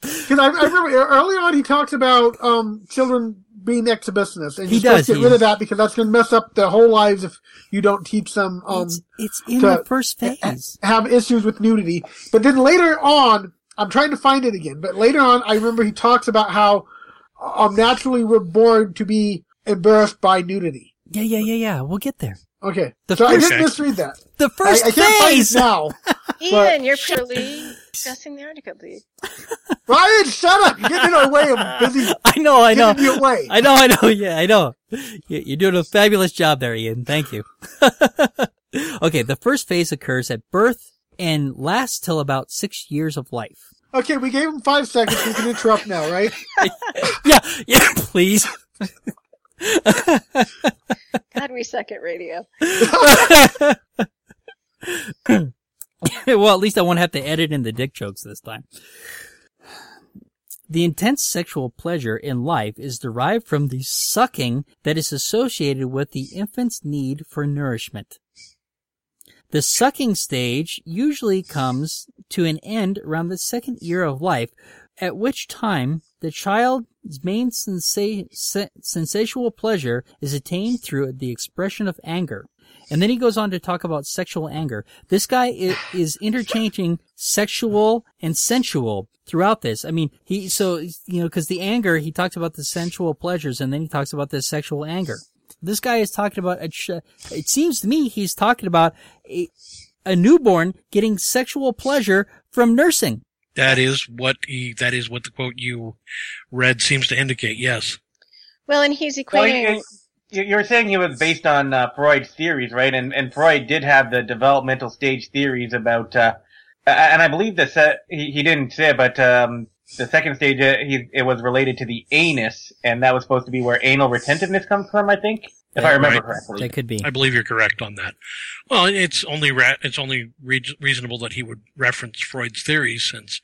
[SPEAKER 3] because I, I remember e-, early on he talks about um children being exhibitionists, and
[SPEAKER 1] He
[SPEAKER 3] you're
[SPEAKER 1] does,
[SPEAKER 3] supposed to get
[SPEAKER 1] he-
[SPEAKER 3] rid of that because that's going to mess up their whole lives if you don't teach them um uh,
[SPEAKER 1] it's, it's in
[SPEAKER 3] to-
[SPEAKER 1] the first phase.
[SPEAKER 3] have issues with nudity. But then later on, I'm trying to find it again, but later on, I remember he talks about how um, naturally we're born to be embarrassed by nudity.
[SPEAKER 1] Yeah, yeah, yeah, yeah. We'll get there.
[SPEAKER 3] Okay.
[SPEAKER 1] The
[SPEAKER 3] so I
[SPEAKER 1] first-
[SPEAKER 3] did misread that.
[SPEAKER 1] The
[SPEAKER 3] I,
[SPEAKER 1] first
[SPEAKER 3] I can't find it
[SPEAKER 1] phase.
[SPEAKER 3] <laughs> now.
[SPEAKER 5] Ian, you're poorly discussing the article, please.
[SPEAKER 3] Ryan, shut up! You're getting in our way of busy.
[SPEAKER 1] <laughs> I know, I know,
[SPEAKER 3] Getting in your way.
[SPEAKER 1] I know, I know. <laughs> Yeah, I know. You- You're doing a fabulous job there, Ian. Thank you. <laughs> okay, the first phase occurs at birth and lasts till about six years of life.
[SPEAKER 3] Okay, we gave him five seconds. We can interrupt now, right?
[SPEAKER 1] Yeah, <laughs> yeah. Please.
[SPEAKER 5] God, we suck at radio.
[SPEAKER 1] <laughs> well, at least I won't have to edit in the dick jokes this time. The intense sexual pleasure in life is derived from the sucking that is associated with the infant's need for nourishment. The sucking stage usually comes to an end around the second year of life, at which time the child's main sensa- se- sensational pleasure is attained through the expression of anger. And then he goes on to talk about sexual anger. This guy is, is interchanging sexual and sensual throughout this. I mean, he, so, you know, cause the anger, he talks about the sensual pleasures and then he talks about the sexual anger. This guy is talking about, a ch- it seems to me he's talking about a, a newborn getting sexual pleasure from nursing.
[SPEAKER 2] That is what he, that is what the quote you read seems to indicate. Yes.
[SPEAKER 5] Well, and he's
[SPEAKER 4] Well,
[SPEAKER 5] equating.
[SPEAKER 4] you, you- you were saying it was based on uh, Freud's theories, right? And and Freud did have the developmental stage theories about, uh, a- and I believe the se- he, he didn't say it, but um, the second stage uh, he, it was related to the anus, and that was supposed to be where anal retentiveness comes from, I think, if I remember
[SPEAKER 2] Right.
[SPEAKER 4] correctly.
[SPEAKER 1] That could be.
[SPEAKER 2] I believe you're correct on that. Well, it's only ra- it's only re- reasonable that he would reference Freud's theories since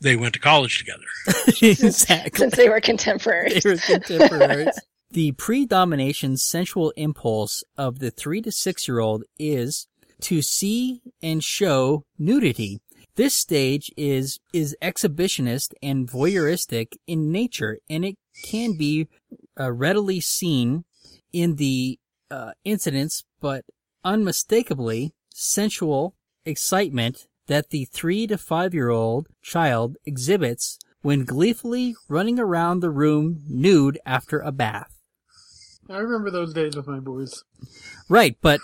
[SPEAKER 2] they went to college together.
[SPEAKER 1] <laughs> exactly.
[SPEAKER 5] Since they were contemporaries.
[SPEAKER 4] <laughs>
[SPEAKER 1] They were contemporaries. the predomination sensual impulse of the three to six year old is to see and show nudity. This stage is, is exhibitionist and voyeuristic in nature, and it can be uh, readily seen in the uh, incidents, but unmistakably sensual excitement that the three to five year old child exhibits when gleefully running around the room nude after a bath.
[SPEAKER 3] I remember those days with my boys.
[SPEAKER 1] Right, but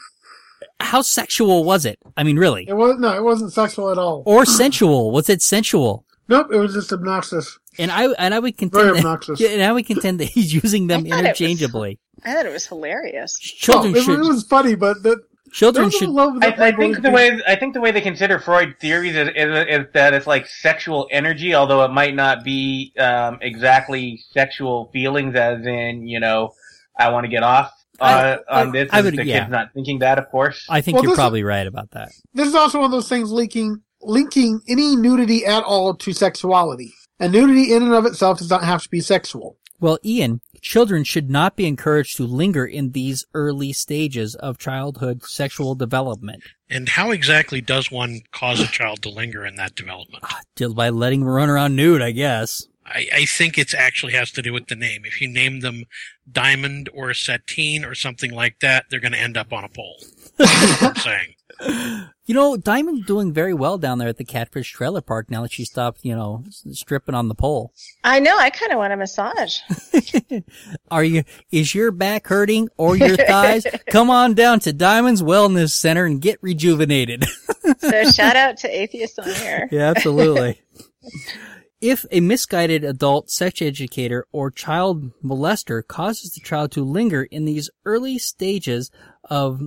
[SPEAKER 1] how sexual was it? I mean, really?
[SPEAKER 3] It wasn't. No, it wasn't sexual at all.
[SPEAKER 1] Or sensual? Was it sensual?
[SPEAKER 3] Nope, it was just obnoxious.
[SPEAKER 1] And I and I would
[SPEAKER 3] Very
[SPEAKER 1] contend that,
[SPEAKER 3] obnoxious.
[SPEAKER 1] yeah, <laughs> and I would contend that he's using them
[SPEAKER 5] I thought it was-
[SPEAKER 1] interchangeably.
[SPEAKER 5] <laughs> I thought it was hilarious.
[SPEAKER 1] Children
[SPEAKER 3] No, it,
[SPEAKER 1] should
[SPEAKER 3] it was funny, but the,
[SPEAKER 1] children
[SPEAKER 3] those
[SPEAKER 1] should
[SPEAKER 3] love that
[SPEAKER 4] I, I
[SPEAKER 3] my boys
[SPEAKER 4] think the
[SPEAKER 3] did.
[SPEAKER 4] way I think the way they consider Freud theories is, is, is that it's like sexual energy, although it might not be um, exactly sexual feelings, as in you know, I want to get off
[SPEAKER 1] I-
[SPEAKER 4] uh, on this.
[SPEAKER 1] I
[SPEAKER 4] and
[SPEAKER 1] would-
[SPEAKER 4] the
[SPEAKER 1] yeah.
[SPEAKER 4] kid's not thinking that, of course.
[SPEAKER 1] I think
[SPEAKER 3] Well,
[SPEAKER 1] you're
[SPEAKER 3] this is-
[SPEAKER 1] probably right about that.
[SPEAKER 3] this is also one of those things linking linking any nudity at all to sexuality. And nudity in and of itself does not have to be sexual.
[SPEAKER 1] Well, Ian, children should not be encouraged to linger in these early stages of childhood sexual development
[SPEAKER 2] And how exactly does one cause a child to linger in that development?
[SPEAKER 1] Just by letting them run around nude, I guess.
[SPEAKER 2] I, I think it's actually has to do with the name. If you name them
[SPEAKER 1] <laughs>
[SPEAKER 2] Diamond or Satine or something like that, they're going to end up on a pole. That's what I'm saying.
[SPEAKER 1] You know, Diamond's doing very well down there at the Catfish Trailer Park now that she stopped, you know, s- stripping on the pole.
[SPEAKER 5] I know. I kind of want a massage.
[SPEAKER 1] Are you, is your back hurting or your thighs? Come on down to Diamond's Wellness Center and get rejuvenated.
[SPEAKER 5] So shout out to Atheist on Air.
[SPEAKER 1] Yeah,
[SPEAKER 4] <laughs>
[SPEAKER 1] absolutely. if a misguided adult sex educator or child molester causes the child to linger in these early stages of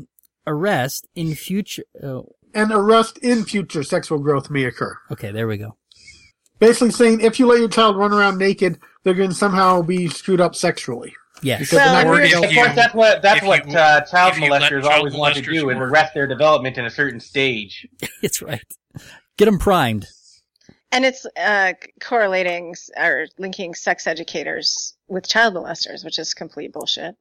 [SPEAKER 1] arrest in future, oh,
[SPEAKER 3] An arrest in future sexual growth may occur.
[SPEAKER 1] okay, there we go.
[SPEAKER 3] Basically saying if you let your child run around naked, they're going to somehow be screwed up sexually.
[SPEAKER 1] Yes.
[SPEAKER 3] Because
[SPEAKER 5] Well,
[SPEAKER 3] they're not
[SPEAKER 5] and
[SPEAKER 3] going
[SPEAKER 5] we're-
[SPEAKER 3] to
[SPEAKER 4] Of
[SPEAKER 2] you-
[SPEAKER 4] course, that's what that's
[SPEAKER 2] if
[SPEAKER 4] what
[SPEAKER 2] you-
[SPEAKER 4] uh, child
[SPEAKER 2] if you let
[SPEAKER 4] molesters
[SPEAKER 2] child
[SPEAKER 4] always want to
[SPEAKER 2] molesters
[SPEAKER 4] do is
[SPEAKER 2] work.
[SPEAKER 4] arrest their development in a certain stage.
[SPEAKER 1] <laughs> It's right. Get them primed.
[SPEAKER 5] And it's uh, correlating s- or linking sex educators with child molesters, which is complete
[SPEAKER 1] <laughs>
[SPEAKER 5] bullshit.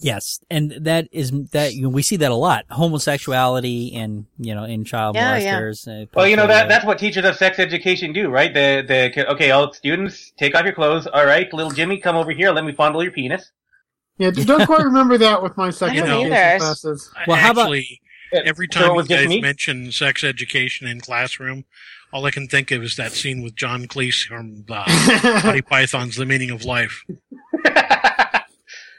[SPEAKER 1] Yes. And that is, that, you know, we see that a lot. Homosexuality and, you know, in child
[SPEAKER 5] Yeah, yeah.
[SPEAKER 1] molesters. uh,
[SPEAKER 4] Well, you know that
[SPEAKER 1] pedophilia.
[SPEAKER 4] that's what teachers of sex education do, right? The the okay, all students take off your clothes. All right, little Jimmy, come over here. Let me fondle your penis. <laughs>
[SPEAKER 3] Yeah, don't quite remember that with my sex
[SPEAKER 5] I don't
[SPEAKER 3] education
[SPEAKER 5] either.
[SPEAKER 3] classes. <laughs>
[SPEAKER 1] Well,
[SPEAKER 2] Well,
[SPEAKER 1] how about-
[SPEAKER 2] actually, every
[SPEAKER 4] So
[SPEAKER 2] time
[SPEAKER 4] it was
[SPEAKER 2] you
[SPEAKER 4] just
[SPEAKER 2] guys
[SPEAKER 4] me?
[SPEAKER 2] mention sex education in classroom, all I can think of is that scene with John Cleese from uh, Monty Python's The Meaning of Life.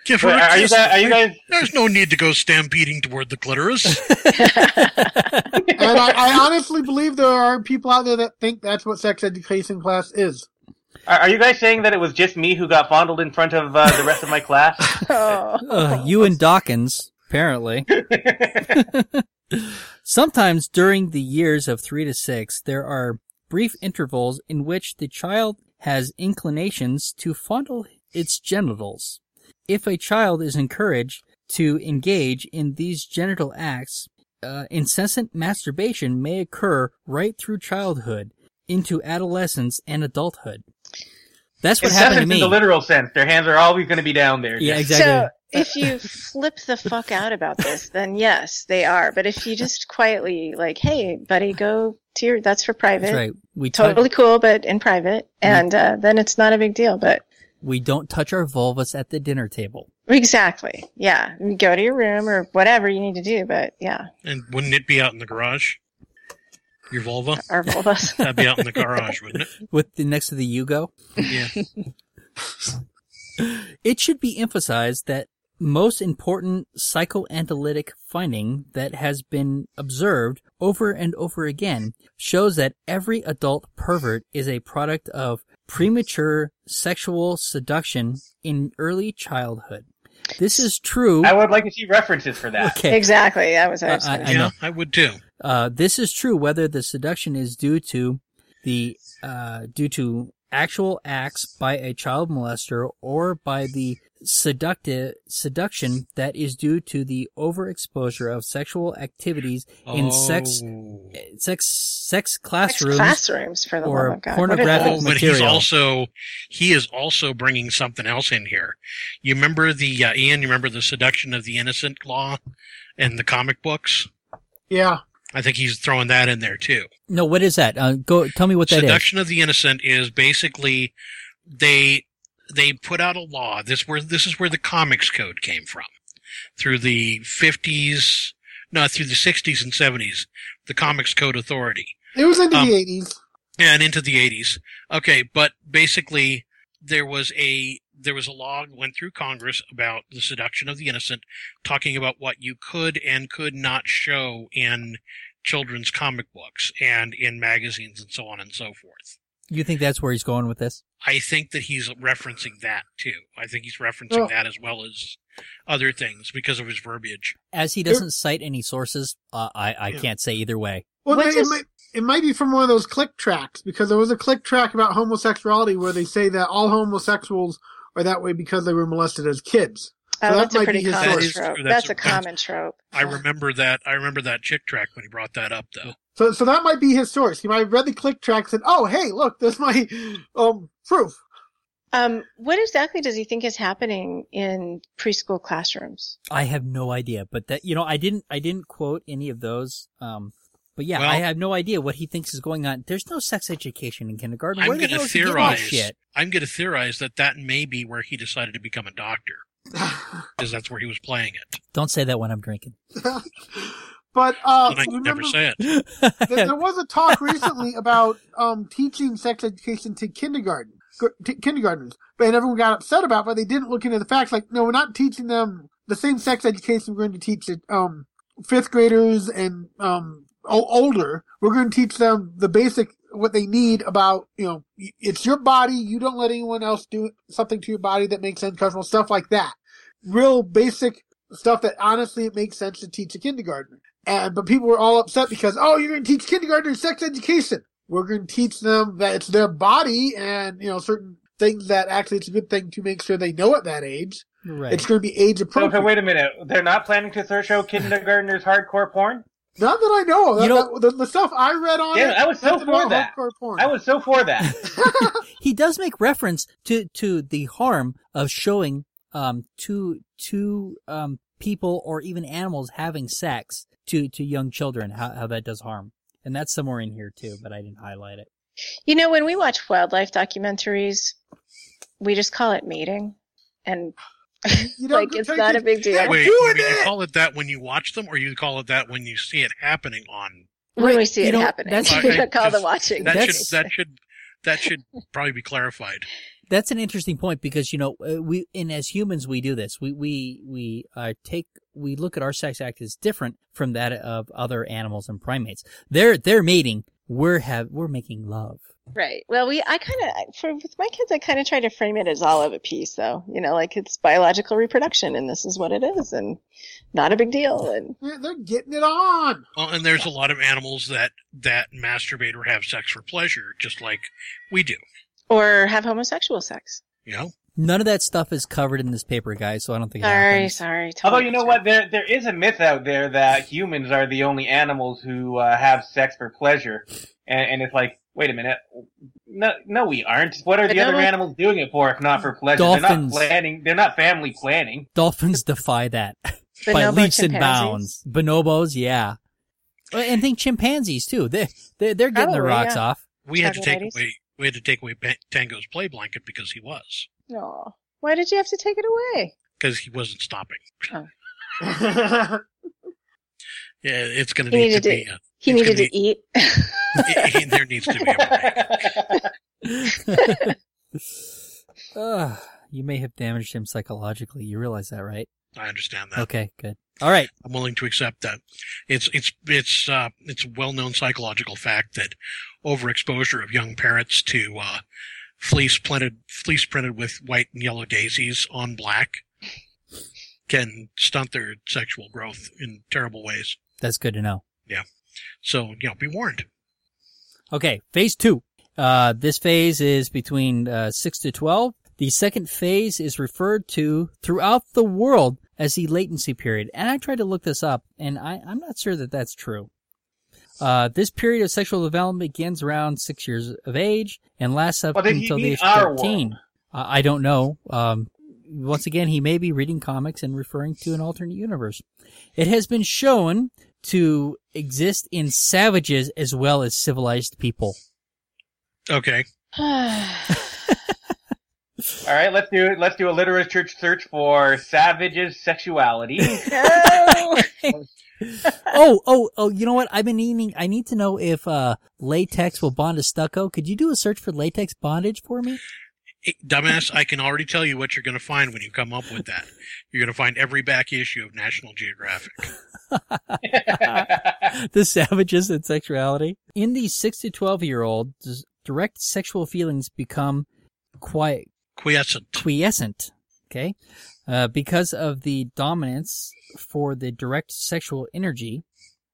[SPEAKER 2] Give her
[SPEAKER 4] Wait,
[SPEAKER 2] a
[SPEAKER 4] are you
[SPEAKER 2] kiss.
[SPEAKER 4] guys? Are you guys?
[SPEAKER 2] There's no need to go stampeding toward
[SPEAKER 1] <laughs>
[SPEAKER 2] the clitoris.
[SPEAKER 3] and I, I honestly believe there are people out there that think that's what sex education class is.
[SPEAKER 4] Are, are you guys saying that it was just me who got fondled in front of uh, the rest of
[SPEAKER 1] <laughs>
[SPEAKER 4] my class?
[SPEAKER 5] Oh.
[SPEAKER 1] Uh, you and Dawkins,
[SPEAKER 5] <laughs>
[SPEAKER 1] apparently. Sometimes during the years of three to six, there are brief intervals in which the child has inclinations to fondle its genitals. If a child is encouraged to engage in these genital acts, uh, incessant masturbation may occur right through childhood into adolescence and adulthood. That's what happened to
[SPEAKER 4] Incessant
[SPEAKER 1] me.
[SPEAKER 4] in the literal sense. Their hands are always going to be down there.
[SPEAKER 1] yeah,
[SPEAKER 4] Just-
[SPEAKER 1] exactly.
[SPEAKER 5] So if you flip the fuck out about this, then yes, they are. But if you just quietly like, hey, buddy, go to your that's for private.
[SPEAKER 1] That's right. We Mm-hmm. talked-
[SPEAKER 5] Totally cool, but in private, and uh, then it's not a big deal. But
[SPEAKER 1] We don't touch our vulvas at the dinner table.
[SPEAKER 5] exactly, yeah, you go to your room or whatever you need to do. But yeah,
[SPEAKER 2] and wouldn't it be out in the garage? Your vulva?
[SPEAKER 1] <laughs>
[SPEAKER 5] our vulvas.
[SPEAKER 2] That'd be out in the garage, wouldn't it?
[SPEAKER 1] With the next to the Yugo.
[SPEAKER 2] Yeah.
[SPEAKER 1] It should be emphasized that most important psychoanalytic finding that has been observed over and over again shows that every adult pervert is a product of premature sexual seduction in early childhood. This is true.
[SPEAKER 4] I would like to see references for that.
[SPEAKER 1] Okay.
[SPEAKER 5] exactly, that was what I was
[SPEAKER 1] Uh, I-
[SPEAKER 5] gonna
[SPEAKER 1] I
[SPEAKER 5] say.
[SPEAKER 2] yeah,
[SPEAKER 1] know.
[SPEAKER 2] I would too.
[SPEAKER 1] Uh, this is true whether the seduction is due to the uh, due to actual acts by a child molester or by the seductive seduction that is due to the overexposure of sexual activities in sex
[SPEAKER 2] Oh.
[SPEAKER 1] sex sex
[SPEAKER 5] Sex
[SPEAKER 1] classrooms.
[SPEAKER 5] classrooms for the
[SPEAKER 1] or
[SPEAKER 5] love of God.
[SPEAKER 1] pornographic-
[SPEAKER 5] What
[SPEAKER 2] Oh,
[SPEAKER 5] is
[SPEAKER 2] but he's
[SPEAKER 1] material.
[SPEAKER 2] also he is also bringing something else in here. You remember the uh, Ian? You remember the seduction of the innocent law and the comic books?
[SPEAKER 3] Yeah.
[SPEAKER 2] I think he's throwing that in there too.
[SPEAKER 1] No, what is that? Uh, go tell me what that is.
[SPEAKER 2] seduction of the innocent is basically they they put out a law. This where this is where the comics code came from through the fifties, no, through the sixties and seventies. The comics code authority.
[SPEAKER 3] It was into
[SPEAKER 2] Um,
[SPEAKER 3] the 80s.
[SPEAKER 2] and into the 80s. Okay, but basically there was a there was a law that went through Congress about the seduction of the innocent, talking about what you could and could not show in children's comic books and in magazines and so on and so forth.
[SPEAKER 1] You think that's where he's going with this?
[SPEAKER 2] I think that he's referencing that too. I think he's referencing
[SPEAKER 3] Well-
[SPEAKER 2] that as well as other things because of his verbiage.
[SPEAKER 1] As he doesn't cite any sources, uh, I I can't say either way.
[SPEAKER 3] Well,
[SPEAKER 5] what
[SPEAKER 3] they,
[SPEAKER 5] does-
[SPEAKER 3] it, might, it might be from one of those click tracks because there was a click track about homosexuality where they say that all homosexuals are that way because they were molested as kids. So
[SPEAKER 5] Oh,
[SPEAKER 3] that
[SPEAKER 5] that's a
[SPEAKER 3] might
[SPEAKER 5] pretty
[SPEAKER 3] be his
[SPEAKER 5] common
[SPEAKER 2] source.
[SPEAKER 5] trope.
[SPEAKER 2] That is
[SPEAKER 5] That's,
[SPEAKER 2] true.
[SPEAKER 5] a
[SPEAKER 2] That's-
[SPEAKER 5] common trope.
[SPEAKER 2] I remember that I remember that chick track when he brought that up though.
[SPEAKER 3] So, so that might be his source. He might have read the click track and said, "Oh, hey, look, this my <laughs> um proof." <sighs>
[SPEAKER 5] Um, what exactly does he think is happening in preschool classrooms?
[SPEAKER 1] I have no idea, but that you know, I didn't, I didn't quote any of those. Um, but yeah,
[SPEAKER 2] Well-
[SPEAKER 1] I have no idea what he thinks is going on. There's no sex education in kindergarten.
[SPEAKER 2] I'm
[SPEAKER 1] Where the
[SPEAKER 2] going
[SPEAKER 1] hell
[SPEAKER 2] to
[SPEAKER 1] is he getting
[SPEAKER 2] theorize.
[SPEAKER 1] this shit?
[SPEAKER 2] I'm going to theorize that that may be where he decided to become a doctor, because that's where he was playing it.
[SPEAKER 1] <laughs> Don't say that when I'm drinking.
[SPEAKER 3] But uh,
[SPEAKER 2] and I can
[SPEAKER 3] remember
[SPEAKER 2] never say it.
[SPEAKER 3] <laughs> there, there was a talk recently about um, teaching sex education to kindergarten gr- t- kindergartners, and everyone got upset about. it, But they didn't look into the facts. Like, no, we're not teaching them the same sex education we're going to teach it, um, fifth graders and um, o- older. We're going to teach them the basic what they need about you know y- it's your body. You don't let anyone else do something to your body that makes uncomfortable. Stuff like that. Real basic stuff that honestly it makes sense to teach a kindergartner. And but people were all upset because oh, you're going to teach kindergartners sex education. We're going to teach them that it's their body and you know certain things that actually it's a good thing to make sure they know at that age.
[SPEAKER 1] right.
[SPEAKER 3] It's going to be age
[SPEAKER 4] So, so
[SPEAKER 3] appropriate.
[SPEAKER 4] wait a minute. They're not planning to show kindergartners hardcore porn?
[SPEAKER 3] Not that I know of.
[SPEAKER 1] You
[SPEAKER 3] That- that- the, the stuff I read on
[SPEAKER 4] Yeah,
[SPEAKER 3] it.
[SPEAKER 4] I was so
[SPEAKER 3] nothing about
[SPEAKER 4] for that.
[SPEAKER 3] hardcore porn.
[SPEAKER 4] I was so for that.
[SPEAKER 1] <laughs> he does make reference to to the harm of showing um two two um people or even animals having sex to to young children how how that does harm and that's somewhere in here too but i didn't highlight it
[SPEAKER 5] You know, when we watch wildlife documentaries, we just call it mating. And
[SPEAKER 3] <laughs> You don't
[SPEAKER 5] like, it's
[SPEAKER 3] take
[SPEAKER 5] not
[SPEAKER 3] it-
[SPEAKER 5] a big deal.
[SPEAKER 3] Yeah,
[SPEAKER 2] Wait,
[SPEAKER 3] doing
[SPEAKER 2] wait, you
[SPEAKER 3] it!
[SPEAKER 2] call it that when you watch them, or you call it that when you see it happening on?
[SPEAKER 5] when we
[SPEAKER 1] Right,
[SPEAKER 5] see
[SPEAKER 1] you
[SPEAKER 5] it
[SPEAKER 1] know,
[SPEAKER 5] happening,
[SPEAKER 1] that's-
[SPEAKER 5] <laughs> we don't call the
[SPEAKER 2] that's-
[SPEAKER 5] watching.
[SPEAKER 2] That
[SPEAKER 1] That's-
[SPEAKER 2] should that should that should probably be clarified.
[SPEAKER 1] that's an interesting point because you know uh, we and as humans we do this we we we uh, take we look at our sex act as different from that of other animals and primates they're they're mating we're have we're making love
[SPEAKER 5] Right. Well, we I kind of for with my kids I kind of try to frame it as all of a piece though. You know, like it's biological reproduction and this is what it is and not a big deal and
[SPEAKER 3] They're, they're getting it on.
[SPEAKER 2] Well, Uh, and there's a lot of animals that that masturbate or have sex for pleasure, just like we do.
[SPEAKER 5] or have homosexual sex.
[SPEAKER 2] You know,
[SPEAKER 1] none of that stuff is covered in this paper guys so i don't think it
[SPEAKER 5] Sorry,
[SPEAKER 1] happens.
[SPEAKER 5] sorry. totally
[SPEAKER 4] Although you know
[SPEAKER 5] sorry.
[SPEAKER 4] what, there there is a myth out there that humans are the only animals who uh, have sex for pleasure, and, and it's like, wait a minute, no, no, we aren't. What are
[SPEAKER 5] But
[SPEAKER 4] the other
[SPEAKER 5] no one-
[SPEAKER 4] animals doing it for if not for pleasure? They're not
[SPEAKER 1] Dolphins.
[SPEAKER 4] planning. They're not family
[SPEAKER 5] <laughs>
[SPEAKER 4] planning. <laughs>
[SPEAKER 1] Dolphins <laughs> defy that by
[SPEAKER 5] Bonobo
[SPEAKER 1] leaps and bounds.
[SPEAKER 5] chimpanzees?
[SPEAKER 1] Bonobos, yeah, Uh, and think chimpanzees too. They they they're getting their
[SPEAKER 5] Probably,
[SPEAKER 1] rocks
[SPEAKER 5] yeah.
[SPEAKER 1] off.
[SPEAKER 2] we had to take
[SPEAKER 5] Troglodytes.
[SPEAKER 2] away we had to take away Ban- Tango's play blanket because he was
[SPEAKER 5] No. Why did you have to take it away?
[SPEAKER 2] because he wasn't stopping. Yeah, it's going to
[SPEAKER 5] He
[SPEAKER 2] need to be.
[SPEAKER 5] needed to-
[SPEAKER 2] A,
[SPEAKER 5] He
[SPEAKER 2] It's
[SPEAKER 5] needed
[SPEAKER 2] gonna
[SPEAKER 5] to <laughs> eat.
[SPEAKER 2] it- it- there needs to be.
[SPEAKER 5] <laughs>
[SPEAKER 2] A break.
[SPEAKER 5] <laughs>
[SPEAKER 1] <laughs> Ugh, Ah, you may have damaged him psychologically. You realize that, right?
[SPEAKER 2] I understand that.
[SPEAKER 1] Okay, good. All right.
[SPEAKER 2] I'm willing to accept that. It's it's it's uh, it's a well-known psychological fact that overexposure of young parrots to uh, fleece printed fleece printed with white and yellow daisies on black can stunt their sexual growth in terrible ways.
[SPEAKER 1] That's good to know.
[SPEAKER 2] So you know, be warned.
[SPEAKER 1] Okay, phase two. Uh, this phase is between uh, 6 to 12. The second phase is referred to throughout the world as the latency period. And I tried to look this up, and I, I'm not sure that that's true. Uh, this period of sexual development begins around 6 years of age and lasts up
[SPEAKER 4] Well, did he
[SPEAKER 1] until the
[SPEAKER 4] mean
[SPEAKER 1] age of
[SPEAKER 4] our
[SPEAKER 1] 13. I I don't know. Um, once again, he may be reading comics and referring to an alternate universe. It has been shown to exist in savages as well as civilized people.
[SPEAKER 2] Okay,
[SPEAKER 4] All right, let's do it. Let's do a literature search for savages'
[SPEAKER 5] <laughs>
[SPEAKER 4] sexuality.
[SPEAKER 5] <sighs> no.
[SPEAKER 1] oh, oh, oh, you know what? I've been eating. I need to know if uh, latex will bond to stucco. Could you do a search for latex bondage for me? <laughs>
[SPEAKER 2] Eh, dumbass, I can already tell you what you're going to find when you come up with that. You're going to find every back issue of National Geographic.
[SPEAKER 1] the savages and sexuality. In these 6 to 12 year olds, direct sexual feelings become quiet,
[SPEAKER 2] Quiescent.
[SPEAKER 1] quiescent. Okay. Uh, because of the dominance for the direct sexual energy,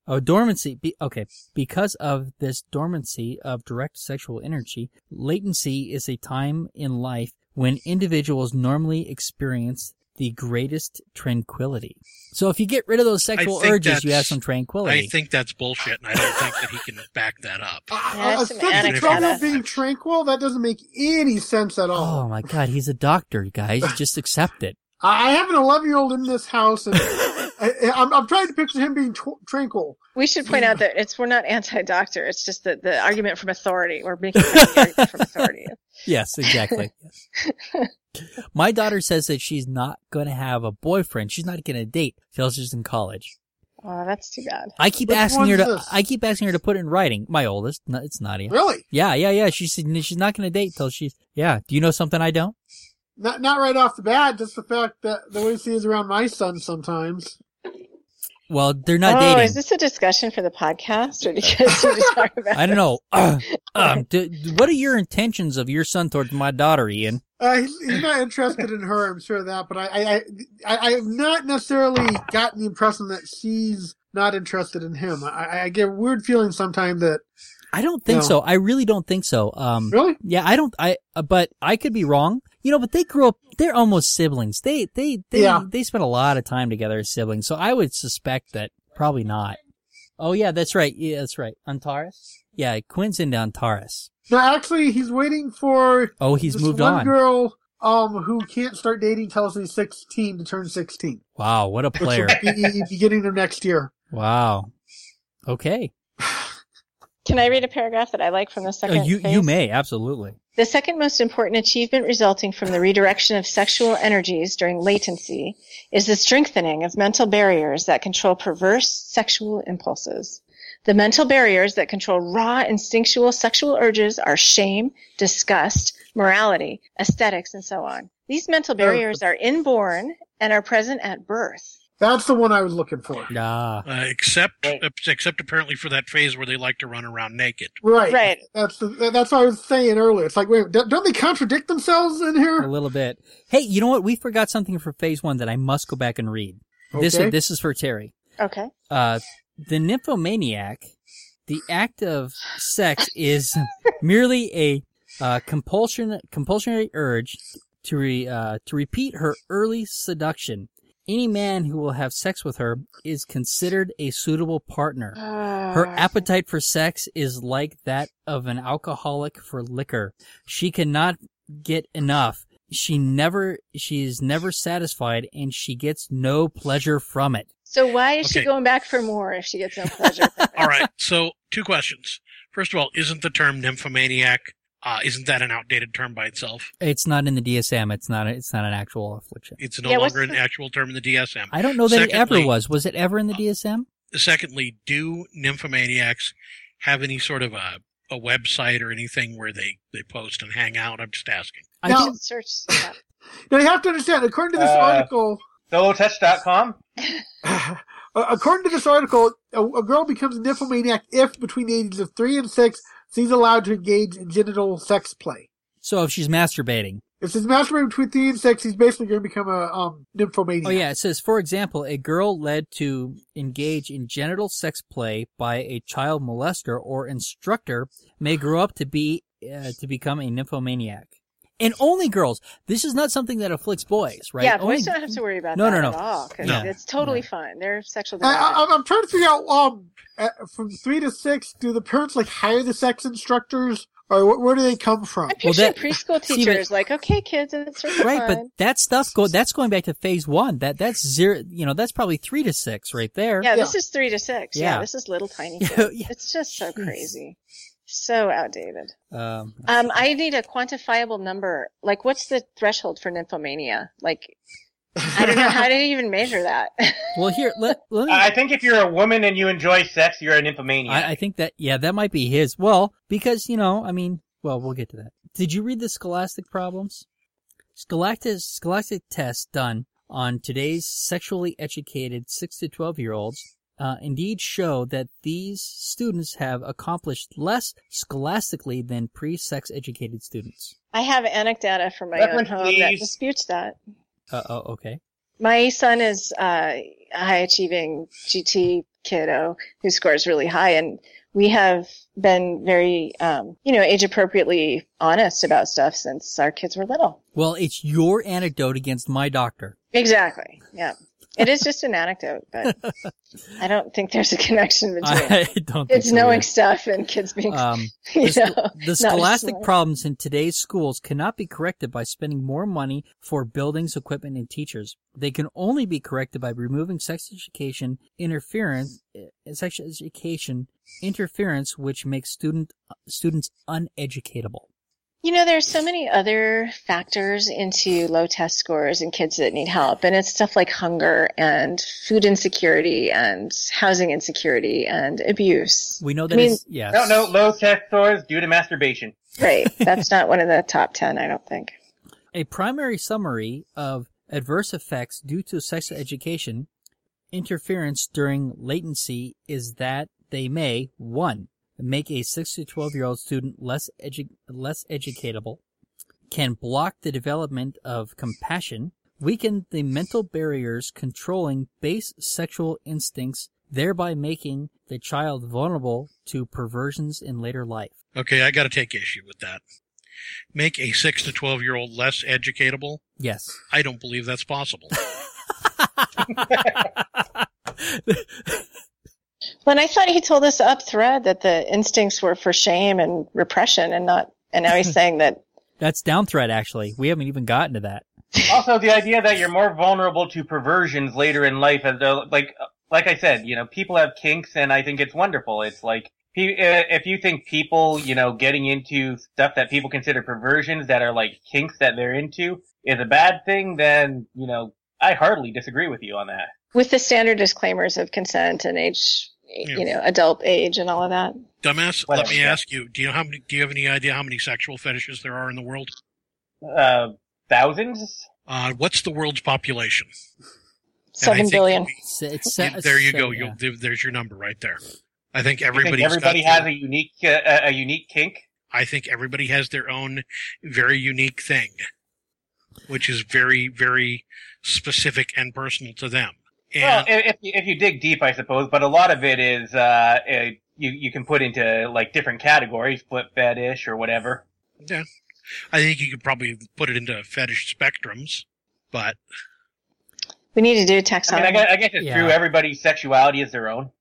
[SPEAKER 1] oh, dormancy, be, okay. Because of this dormancy of direct sexual energy, latency is a time in life when individuals normally experience the greatest tranquility. So if you get rid of those sexual
[SPEAKER 2] think
[SPEAKER 1] urges, you have
[SPEAKER 2] that's-
[SPEAKER 1] some tranquility.
[SPEAKER 2] I think that's bullshit, and I don't think that he can back that up.
[SPEAKER 3] Uh,
[SPEAKER 5] That's some
[SPEAKER 3] especially
[SPEAKER 2] anecdote.
[SPEAKER 3] talking about being tranquil, that doesn't make any sense at all.
[SPEAKER 1] oh my God. He's a doctor, guys. Just accept it.
[SPEAKER 3] I I have an 11 year old in this house,
[SPEAKER 1] <laughs>
[SPEAKER 3] and I, I'm, I'm trying to picture him being tw- tranquil.
[SPEAKER 5] We should point out that it's we're not anti-doctor. It's just that the argument from authority. We're making <laughs> the argument from authority.
[SPEAKER 1] Yes, <laughs> exactly. My daughter says that she's not going to have a boyfriend. She's not going to date till she's in college.
[SPEAKER 5] Oh, that's too bad.
[SPEAKER 1] I keep
[SPEAKER 3] Which
[SPEAKER 1] asking her
[SPEAKER 3] one's
[SPEAKER 1] to.
[SPEAKER 3] this?
[SPEAKER 1] I keep asking her to put it in writing. My oldest, no, it's Nadia.
[SPEAKER 3] Really?
[SPEAKER 1] Yeah, yeah, yeah. She said she's not going to date till she's. Yeah. Do you know something I don't?
[SPEAKER 3] Not not right off the bat, just the fact that the way she is around my son sometimes.
[SPEAKER 1] Well, they're not
[SPEAKER 5] oh,
[SPEAKER 1] dating.
[SPEAKER 5] is this a discussion for the podcast, or do you guys need to
[SPEAKER 1] <laughs>
[SPEAKER 5] talk about?
[SPEAKER 1] I don't know. <clears throat> um, do, what are your intentions of your son towards my daughter, Ian?
[SPEAKER 3] Uh, he's, he's not interested in her, I'm sure of that, but I, I, I- I, I have not necessarily gotten the impression that she's not interested in him. I- I, I get a weird feeling sometimes that,
[SPEAKER 1] I don't think
[SPEAKER 3] No.
[SPEAKER 1] so. I really don't think so. Um,
[SPEAKER 3] really?
[SPEAKER 1] yeah, I don't. I uh, but I could be wrong. You know, but they grew up. They're almost siblings. They they they
[SPEAKER 3] Yeah.
[SPEAKER 1] they spent a lot of time together as siblings. So I would suspect that probably not. Oh yeah, that's right. Yeah, that's right. Antares. Yeah, Quinn's into Antares.
[SPEAKER 3] No, actually, he's waiting for
[SPEAKER 1] Oh, he's
[SPEAKER 3] this
[SPEAKER 1] moved
[SPEAKER 3] one
[SPEAKER 1] on.
[SPEAKER 3] girl um, who can't start dating till she's 16 to turn 16,
[SPEAKER 1] Wow, what a
[SPEAKER 3] which will
[SPEAKER 1] player.
[SPEAKER 3] be beginning of next year.
[SPEAKER 1] wow. Okay.
[SPEAKER 5] Can I read a paragraph that I like from the
[SPEAKER 1] Uh,
[SPEAKER 5] second?
[SPEAKER 1] you you
[SPEAKER 5] phase?
[SPEAKER 1] may absolutely.
[SPEAKER 5] The second most important achievement resulting from the redirection of sexual energies during latency is the strengthening of mental barriers that control perverse sexual impulses. The mental barriers that control raw instinctual sexual urges are shame, disgust, morality, aesthetics, and so on. These mental barriers are inborn and are present at birth.
[SPEAKER 3] That's the one I was looking for.
[SPEAKER 1] Ah.
[SPEAKER 2] Uh, except,
[SPEAKER 4] Right.
[SPEAKER 2] except apparently for that phase where they like to run around naked.
[SPEAKER 3] Right.
[SPEAKER 5] Right.
[SPEAKER 3] That's the, that's what I was saying earlier. It's like, wait, don't don't they contradict themselves in
[SPEAKER 1] a
[SPEAKER 3] here?
[SPEAKER 1] little bit. Hey, you know what? We forgot something for phase one that I must go back and read. This
[SPEAKER 3] Okay.
[SPEAKER 1] this is for Terry.
[SPEAKER 5] Okay.
[SPEAKER 1] Uh, the nymphomaniac, the act of sex is merely a uh, compulsion compulsionary urge to re, uh, to repeat her early seduction. Any man who will have sex with her is considered a suitable partner. Her
[SPEAKER 5] Oh.
[SPEAKER 2] Ah.
[SPEAKER 1] appetite for sex is like that of an alcoholic for liquor. She cannot get enough. She never, she is never satisfied and she gets no pleasure from it.
[SPEAKER 5] So why is she
[SPEAKER 2] Okay.
[SPEAKER 5] going back for more if she gets no pleasure? from it?
[SPEAKER 2] <laughs> All
[SPEAKER 5] <laughs>
[SPEAKER 2] right. So, two questions. First of all, isn't the term nymphomaniac, uh, isn't that an outdated term by itself?
[SPEAKER 1] It's not in the DSM. It's not, it's not an actual affliction.
[SPEAKER 2] It's no
[SPEAKER 5] Yeah, what's
[SPEAKER 2] longer an
[SPEAKER 5] the-
[SPEAKER 2] actual term in the DSM.
[SPEAKER 1] I don't know that it
[SPEAKER 2] Secondly-
[SPEAKER 1] ever was. Was it ever in the DSM?
[SPEAKER 2] Secondly, do nymphomaniacs have any sort of a, a website or anything where they, they post and hang out? I'm just asking.
[SPEAKER 1] I
[SPEAKER 3] No.
[SPEAKER 1] think-
[SPEAKER 5] Search that.
[SPEAKER 3] Now you have to understand, according to this
[SPEAKER 4] Uh,
[SPEAKER 3] article, <laughs>
[SPEAKER 4] SoloTouch.com?
[SPEAKER 3] Uh, According to this article, a, a girl becomes a nymphomaniac if, between the ages of three and six, she's allowed to engage in genital sex play.
[SPEAKER 1] so if she's masturbating.
[SPEAKER 3] If she's masturbating between three and six, she's basically going to become a um, nymphomaniac.
[SPEAKER 1] Oh yeah, it says, for example, a girl led to engage in genital sex play by a child molester or instructor may grow up to be uh, to become a nymphomaniac. And only girls. This is not something that afflicts boys, right?
[SPEAKER 5] Yeah,
[SPEAKER 1] Only-
[SPEAKER 5] boys don't have to worry about
[SPEAKER 1] No,
[SPEAKER 5] that
[SPEAKER 1] no, no.
[SPEAKER 5] at all because
[SPEAKER 1] No.
[SPEAKER 5] it's totally
[SPEAKER 1] No.
[SPEAKER 5] fine. They're sexual.
[SPEAKER 3] I, I,
[SPEAKER 5] development.
[SPEAKER 3] I'm- I'm trying to figure out um, uh, from three to six, do the parents like hire the sex instructors, or wh- where do they come from?
[SPEAKER 5] I'm picturing
[SPEAKER 1] that- <laughs>
[SPEAKER 5] preschool
[SPEAKER 1] see, but-
[SPEAKER 5] teachers like, okay, kids, it's sort of
[SPEAKER 1] Right, but
[SPEAKER 5] fun."
[SPEAKER 1] that stuff go. That's going back to phase one. That that's zero. You know, that's probably three to six right there.
[SPEAKER 5] yeah, this is three to six. Yeah,
[SPEAKER 1] Yeah.
[SPEAKER 5] this is little tiny.
[SPEAKER 1] Yeah, <laughs>
[SPEAKER 5] Kids.
[SPEAKER 1] yeah.
[SPEAKER 5] It's just so
[SPEAKER 1] Jeez.
[SPEAKER 5] crazy, so outdated.
[SPEAKER 1] Um,
[SPEAKER 5] Um, I need a quantifiable number. Like, what's the threshold for nymphomania? Like, I don't
[SPEAKER 3] <laughs>
[SPEAKER 5] know how do you even measure that. <laughs>
[SPEAKER 1] well, here let let me.
[SPEAKER 4] I I think if you're a woman and you enjoy sex, you're a nymphomaniac.
[SPEAKER 1] I, I think that yeah, that might be his. Well, because you know, I mean, well, we'll get to that. Did you read the Scholastic problems? Scholastic Scholastic tests done on today's sexually educated six to twelve year olds uh, indeed show that these students have accomplished less scholastically than pre-sex educated students.
[SPEAKER 5] I have anecdata from my
[SPEAKER 4] Reference,
[SPEAKER 5] own home that
[SPEAKER 4] please.
[SPEAKER 5] disputes that.
[SPEAKER 1] Uh oh, okay.
[SPEAKER 5] My son is uh, a high achieving GT kiddo who scores really high, and we have been very, um, you know, age appropriately honest about stuff since our kids were little.
[SPEAKER 1] Well, it's your anecdote against my doctor.
[SPEAKER 5] Exactly. Yeah. It is just an anecdote, but I don't think there's a connection between
[SPEAKER 1] <laughs> I don't. think
[SPEAKER 5] kids
[SPEAKER 1] so
[SPEAKER 5] knowing
[SPEAKER 1] either.
[SPEAKER 5] stuff and kids being,
[SPEAKER 1] Um,
[SPEAKER 5] <laughs> you
[SPEAKER 1] The, scho-
[SPEAKER 5] know,
[SPEAKER 1] the
[SPEAKER 5] not
[SPEAKER 1] scholastic
[SPEAKER 5] smart.
[SPEAKER 1] problems in today's schools cannot be corrected by spending more money for buildings, equipment, and teachers. They can only be corrected by removing sex education interference, eh, sex education interference, which makes student students uneducatable.
[SPEAKER 5] You know, there's so many other factors into low test scores and kids that need help. And it's stuff like hunger and food insecurity and housing insecurity and abuse.
[SPEAKER 1] We know that
[SPEAKER 5] I mean-
[SPEAKER 1] it's yes.
[SPEAKER 4] No, no, low test scores due to masturbation.
[SPEAKER 5] <laughs> Right. That's not one of the top 10, I don't think.
[SPEAKER 1] A primary summary of adverse effects due to sexual education interference during latency is that they may, one, make a 6 to 12 year old student less, edu- less educatable, can block the development of compassion, weaken the mental barriers controlling base sexual instincts, thereby making the child vulnerable to perversions in later life.
[SPEAKER 2] Okay, I got to take issue with that. Make a six to twelve year old less educatable.
[SPEAKER 1] Yes. <laughs>
[SPEAKER 2] I don't believe that's possible.
[SPEAKER 5] Well, and I thought he told us up thread that the instincts were for shame and repression and not, and now he's saying that
[SPEAKER 1] That's down threat, actually. We haven't even gotten to that.
[SPEAKER 4] Also, the idea that you're more vulnerable to perversions later in life, as though, like, like I said, you know, people have kinks, and I think it's wonderful. It's like pe- uh, if you think people, you know, getting into stuff that people consider perversions that are like kinks that they're into is a bad thing, then you know, I hardly disagree with you on that.
[SPEAKER 5] with the standard disclaimers of consent and age, you know, adult age and all of that.
[SPEAKER 2] Dumbass, let
[SPEAKER 4] Whatever,
[SPEAKER 2] me
[SPEAKER 4] yeah.
[SPEAKER 2] ask you: Do you know how many? Do you have any idea how many sexual fetishes there are in the world?
[SPEAKER 4] Uh, thousands.
[SPEAKER 2] Uh, what's the world's population? And I
[SPEAKER 5] Seven
[SPEAKER 2] think
[SPEAKER 5] billion.
[SPEAKER 1] It's, it's,
[SPEAKER 2] you- there you
[SPEAKER 1] so-
[SPEAKER 2] go.
[SPEAKER 1] yeah.
[SPEAKER 2] You'll, there- there's your number right there. I think
[SPEAKER 4] You think
[SPEAKER 2] everybody's
[SPEAKER 4] everybody
[SPEAKER 2] got
[SPEAKER 4] has
[SPEAKER 2] their-
[SPEAKER 4] a unique, uh, a a unique kink.
[SPEAKER 2] I think everybody has their own very unique thing, which is very, very specific and personal to them.
[SPEAKER 4] Well,
[SPEAKER 2] And
[SPEAKER 4] i- if you- if you dig deep, I suppose, but a lot of it is uh, uh, you you can put into like different categories, foot fetish or whatever.
[SPEAKER 2] I think you could probably put it into fetish spectrums, but
[SPEAKER 5] We need to do taxonomy.
[SPEAKER 4] I mean, I guess, I guess it's
[SPEAKER 1] Yeah.
[SPEAKER 4] true. Everybody's sexuality is their own.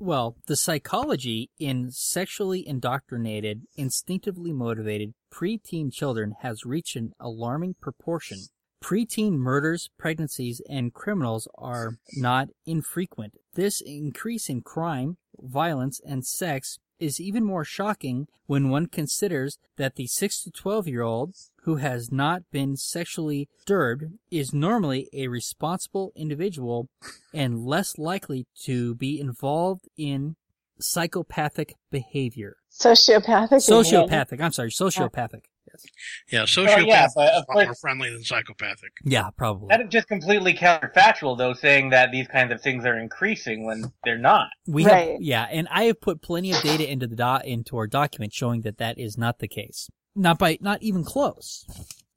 [SPEAKER 1] Well, the psychology in sexually indoctrinated, instinctively motivated preteen children has reached an alarming proportion. Preteen murders, pregnancies, and criminals are not infrequent. This increase in crime, violence, and sex is even more shocking when one considers that the 6 to 12 year old who has not been sexually disturbed is normally a responsible individual and less likely to be involved in psychopathic behavior.
[SPEAKER 5] Sociopathic. is one.
[SPEAKER 1] Sociopathic. I'm sorry, sociopathic. Yes.
[SPEAKER 2] yeah,
[SPEAKER 4] Well,
[SPEAKER 2] sociopaths
[SPEAKER 4] yeah, but
[SPEAKER 2] are
[SPEAKER 4] of
[SPEAKER 2] a lot more
[SPEAKER 4] course-
[SPEAKER 2] friendly than psychopathic.
[SPEAKER 1] Yeah, probably.
[SPEAKER 4] That is just completely counterfactual, though, saying that these kinds of things are increasing when they're not.
[SPEAKER 1] We
[SPEAKER 5] Right.
[SPEAKER 1] have, yeah, and I have put plenty of data into the do- into our document showing that that is not the case. Not by, not even close.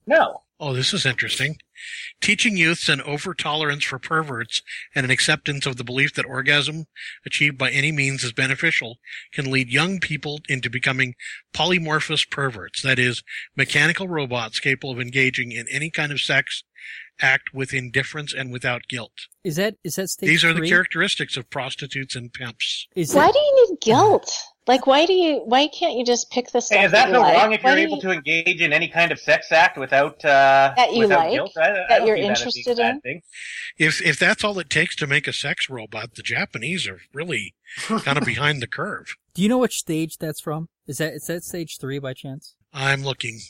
[SPEAKER 4] No,
[SPEAKER 2] Oh, this is interesting. Teaching youths an overtolerance for perverts and an acceptance of the belief that orgasm achieved by any means is beneficial can lead young people into becoming polymorphous perverts, that is, mechanical robots capable of engaging in any kind of sex act with indifference and without guilt.
[SPEAKER 1] Is that is that stage
[SPEAKER 2] These are the
[SPEAKER 1] three?
[SPEAKER 2] characteristics of prostitutes and pimps.
[SPEAKER 1] Is
[SPEAKER 5] Why
[SPEAKER 1] it-
[SPEAKER 5] do you need guilt? Like, why do you? Why can't you just pick the stuff
[SPEAKER 4] is that
[SPEAKER 5] you
[SPEAKER 4] so
[SPEAKER 5] like?
[SPEAKER 4] wrong if
[SPEAKER 5] Why
[SPEAKER 4] you're
[SPEAKER 5] do
[SPEAKER 4] able
[SPEAKER 5] you-
[SPEAKER 4] to engage in any kind of sex act without uh,
[SPEAKER 5] That you
[SPEAKER 4] without
[SPEAKER 5] like?
[SPEAKER 4] guilt? I, I
[SPEAKER 5] That
[SPEAKER 4] don't
[SPEAKER 5] you're
[SPEAKER 4] see as being
[SPEAKER 5] interested
[SPEAKER 4] a bad
[SPEAKER 5] in?
[SPEAKER 4] Thing.
[SPEAKER 2] If if that's all it takes to make a sex robot, the Japanese are really kind of behind the curve.
[SPEAKER 1] do you know which stage that's from? Is that is that stage three by chance?
[SPEAKER 2] I'm looking.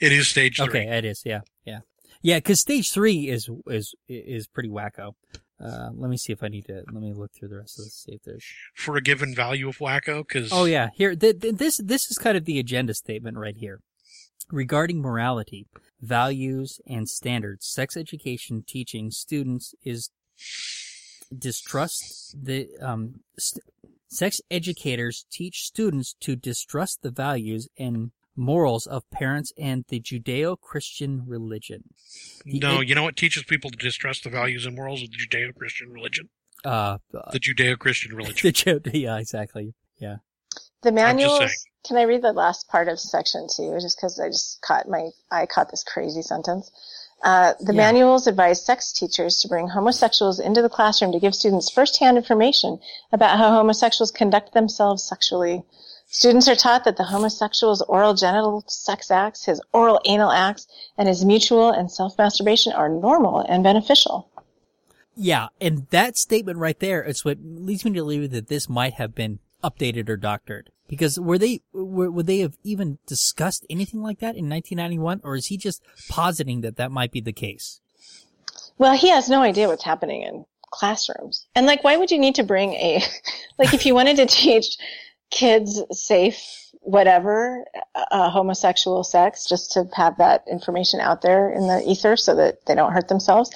[SPEAKER 2] It is stage three.
[SPEAKER 1] Okay, it is. Yeah, yeah, yeah. Because stage three is is is pretty wacko. Uh, let me see if I need to. Let me look through the rest of this. See if there's.
[SPEAKER 2] for a given value of wacko because <laughs>
[SPEAKER 1] Oh yeah, here th- th- this this is kind of the agenda statement right here regarding morality, values, and standards. Sex education teaching students is distrust the um. St- sex educators teach students to distrust the values and morals of parents and the Judeo-Christian religion. The-
[SPEAKER 2] no you know what teaches people to distrust the values and morals of the judeo-christian religion
[SPEAKER 1] Uh, <laughs>
[SPEAKER 2] the judeo-christian religion
[SPEAKER 1] the Ju- yeah, exactly.
[SPEAKER 5] The
[SPEAKER 2] saying.
[SPEAKER 5] manuals. Can I read the last part of section two? Just because I just caught my eye caught this crazy sentence. Uh, the
[SPEAKER 1] Yeah.
[SPEAKER 5] manuals advise sex teachers to bring homosexuals into the classroom to give students firsthand information about how homosexuals conduct themselves sexually. Students are taught that the homosexual's oral genital sex acts, his oral anal acts, and his mutual and self masturbation are normal and beneficial.
[SPEAKER 1] Yeah, and that statement right there is what leads me to believe that this might have been updated or doctored. Because were they were, would they have even discussed anything like that in 1991, or is he just positing that that might be the case?
[SPEAKER 5] Well, he has no idea what's happening in classrooms. And like, why would you need to bring a, <laughs> like, if you wanted to teach kids safe, whatever, uh, homosexual sex, just to have that information out there in the ether so that they don't hurt themselves.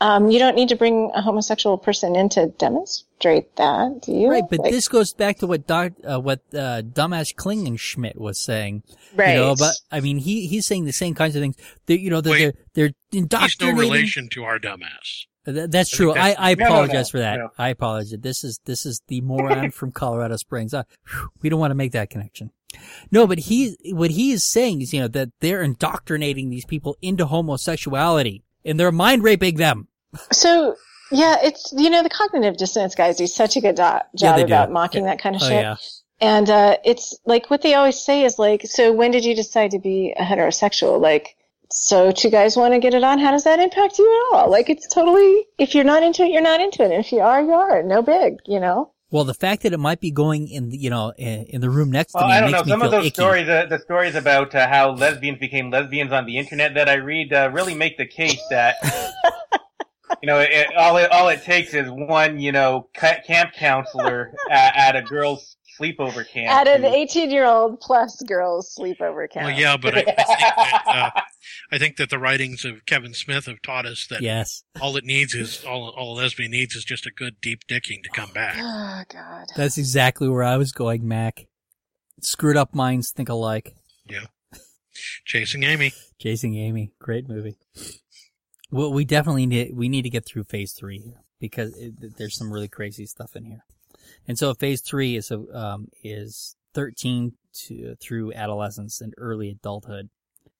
[SPEAKER 5] Um, you don't need to bring a homosexual person in to demonstrate that, do you?
[SPEAKER 1] Right, but
[SPEAKER 5] Like-
[SPEAKER 1] this goes back to what doc, uh, what uh, dumbass Klingenschmidt was saying.
[SPEAKER 5] right.
[SPEAKER 1] You know, but I mean, he he's saying the same kinds of things. That you know, that
[SPEAKER 2] Wait.
[SPEAKER 1] they're they're
[SPEAKER 2] He's no
[SPEAKER 1] indoctrinating.
[SPEAKER 2] relation to our dumbass.
[SPEAKER 1] Th- that's true. I,
[SPEAKER 2] that's-
[SPEAKER 1] I
[SPEAKER 4] No, no, no,
[SPEAKER 1] apologize for that.
[SPEAKER 4] no.
[SPEAKER 1] I apologize. This is this is the
[SPEAKER 4] <laughs>
[SPEAKER 1] moron from Colorado Springs. Uh, whew, we don't want to make that connection. No, but he what he is saying is you know that they're indoctrinating these people into homosexuality and they're mind raping them.
[SPEAKER 5] So yeah, it's you know the cognitive dissonance guys do such a good do- job
[SPEAKER 1] they do.
[SPEAKER 5] about mocking that kind of
[SPEAKER 1] Oh
[SPEAKER 5] shit.
[SPEAKER 1] yeah,
[SPEAKER 5] And uh, it's like what they always say is like, so when did you decide to be a heterosexual? Like, so two guys want to get it on. How does that impact you at all? Like, it's totally if you're not into it, you're not into it. And if you are, you are. No big, you know.
[SPEAKER 1] Well, the fact that it might be going in the, you know in, in the room next
[SPEAKER 4] Well,
[SPEAKER 1] to me
[SPEAKER 4] I don't know.
[SPEAKER 1] makes
[SPEAKER 4] Some
[SPEAKER 1] me
[SPEAKER 4] of
[SPEAKER 1] feel
[SPEAKER 4] those
[SPEAKER 1] icky.
[SPEAKER 4] stories, uh, the stories about uh, how lesbians became lesbians on the internet that I read, uh, really make the case that you know, it, all it all it takes is one, you know, ca- camp counselor at, at a girl's sleepover camp.
[SPEAKER 5] At an
[SPEAKER 4] to-
[SPEAKER 5] 18 year old plus girls sleepover camp.
[SPEAKER 2] Well, yeah, but I, I think that uh, I think that the writings of Kevin Smith have taught us that
[SPEAKER 1] Yes,
[SPEAKER 2] all it needs is all all a lesbian needs is just a good deep dicking to come back.
[SPEAKER 5] <gasps> Oh God.
[SPEAKER 1] that's exactly where I was going, Mac. Screwed up minds think alike.
[SPEAKER 2] Chasing Amy.
[SPEAKER 1] Chasing Amy, great movie. Well, we definitely need we need to get through phase three here because it, there's some really crazy stuff in here. And so phase three is a, um, is 13 to through adolescence and early adulthood.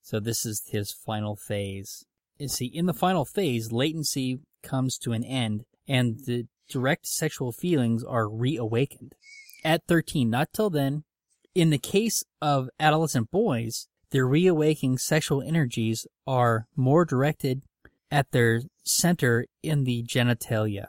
[SPEAKER 1] So this is his final phase. You see, in the final phase, latency comes to an end, and the direct sexual feelings are reawakened at 13. Not till then, in the case of adolescent boys, their reawakening sexual energies are more directed at their center in the genitalia.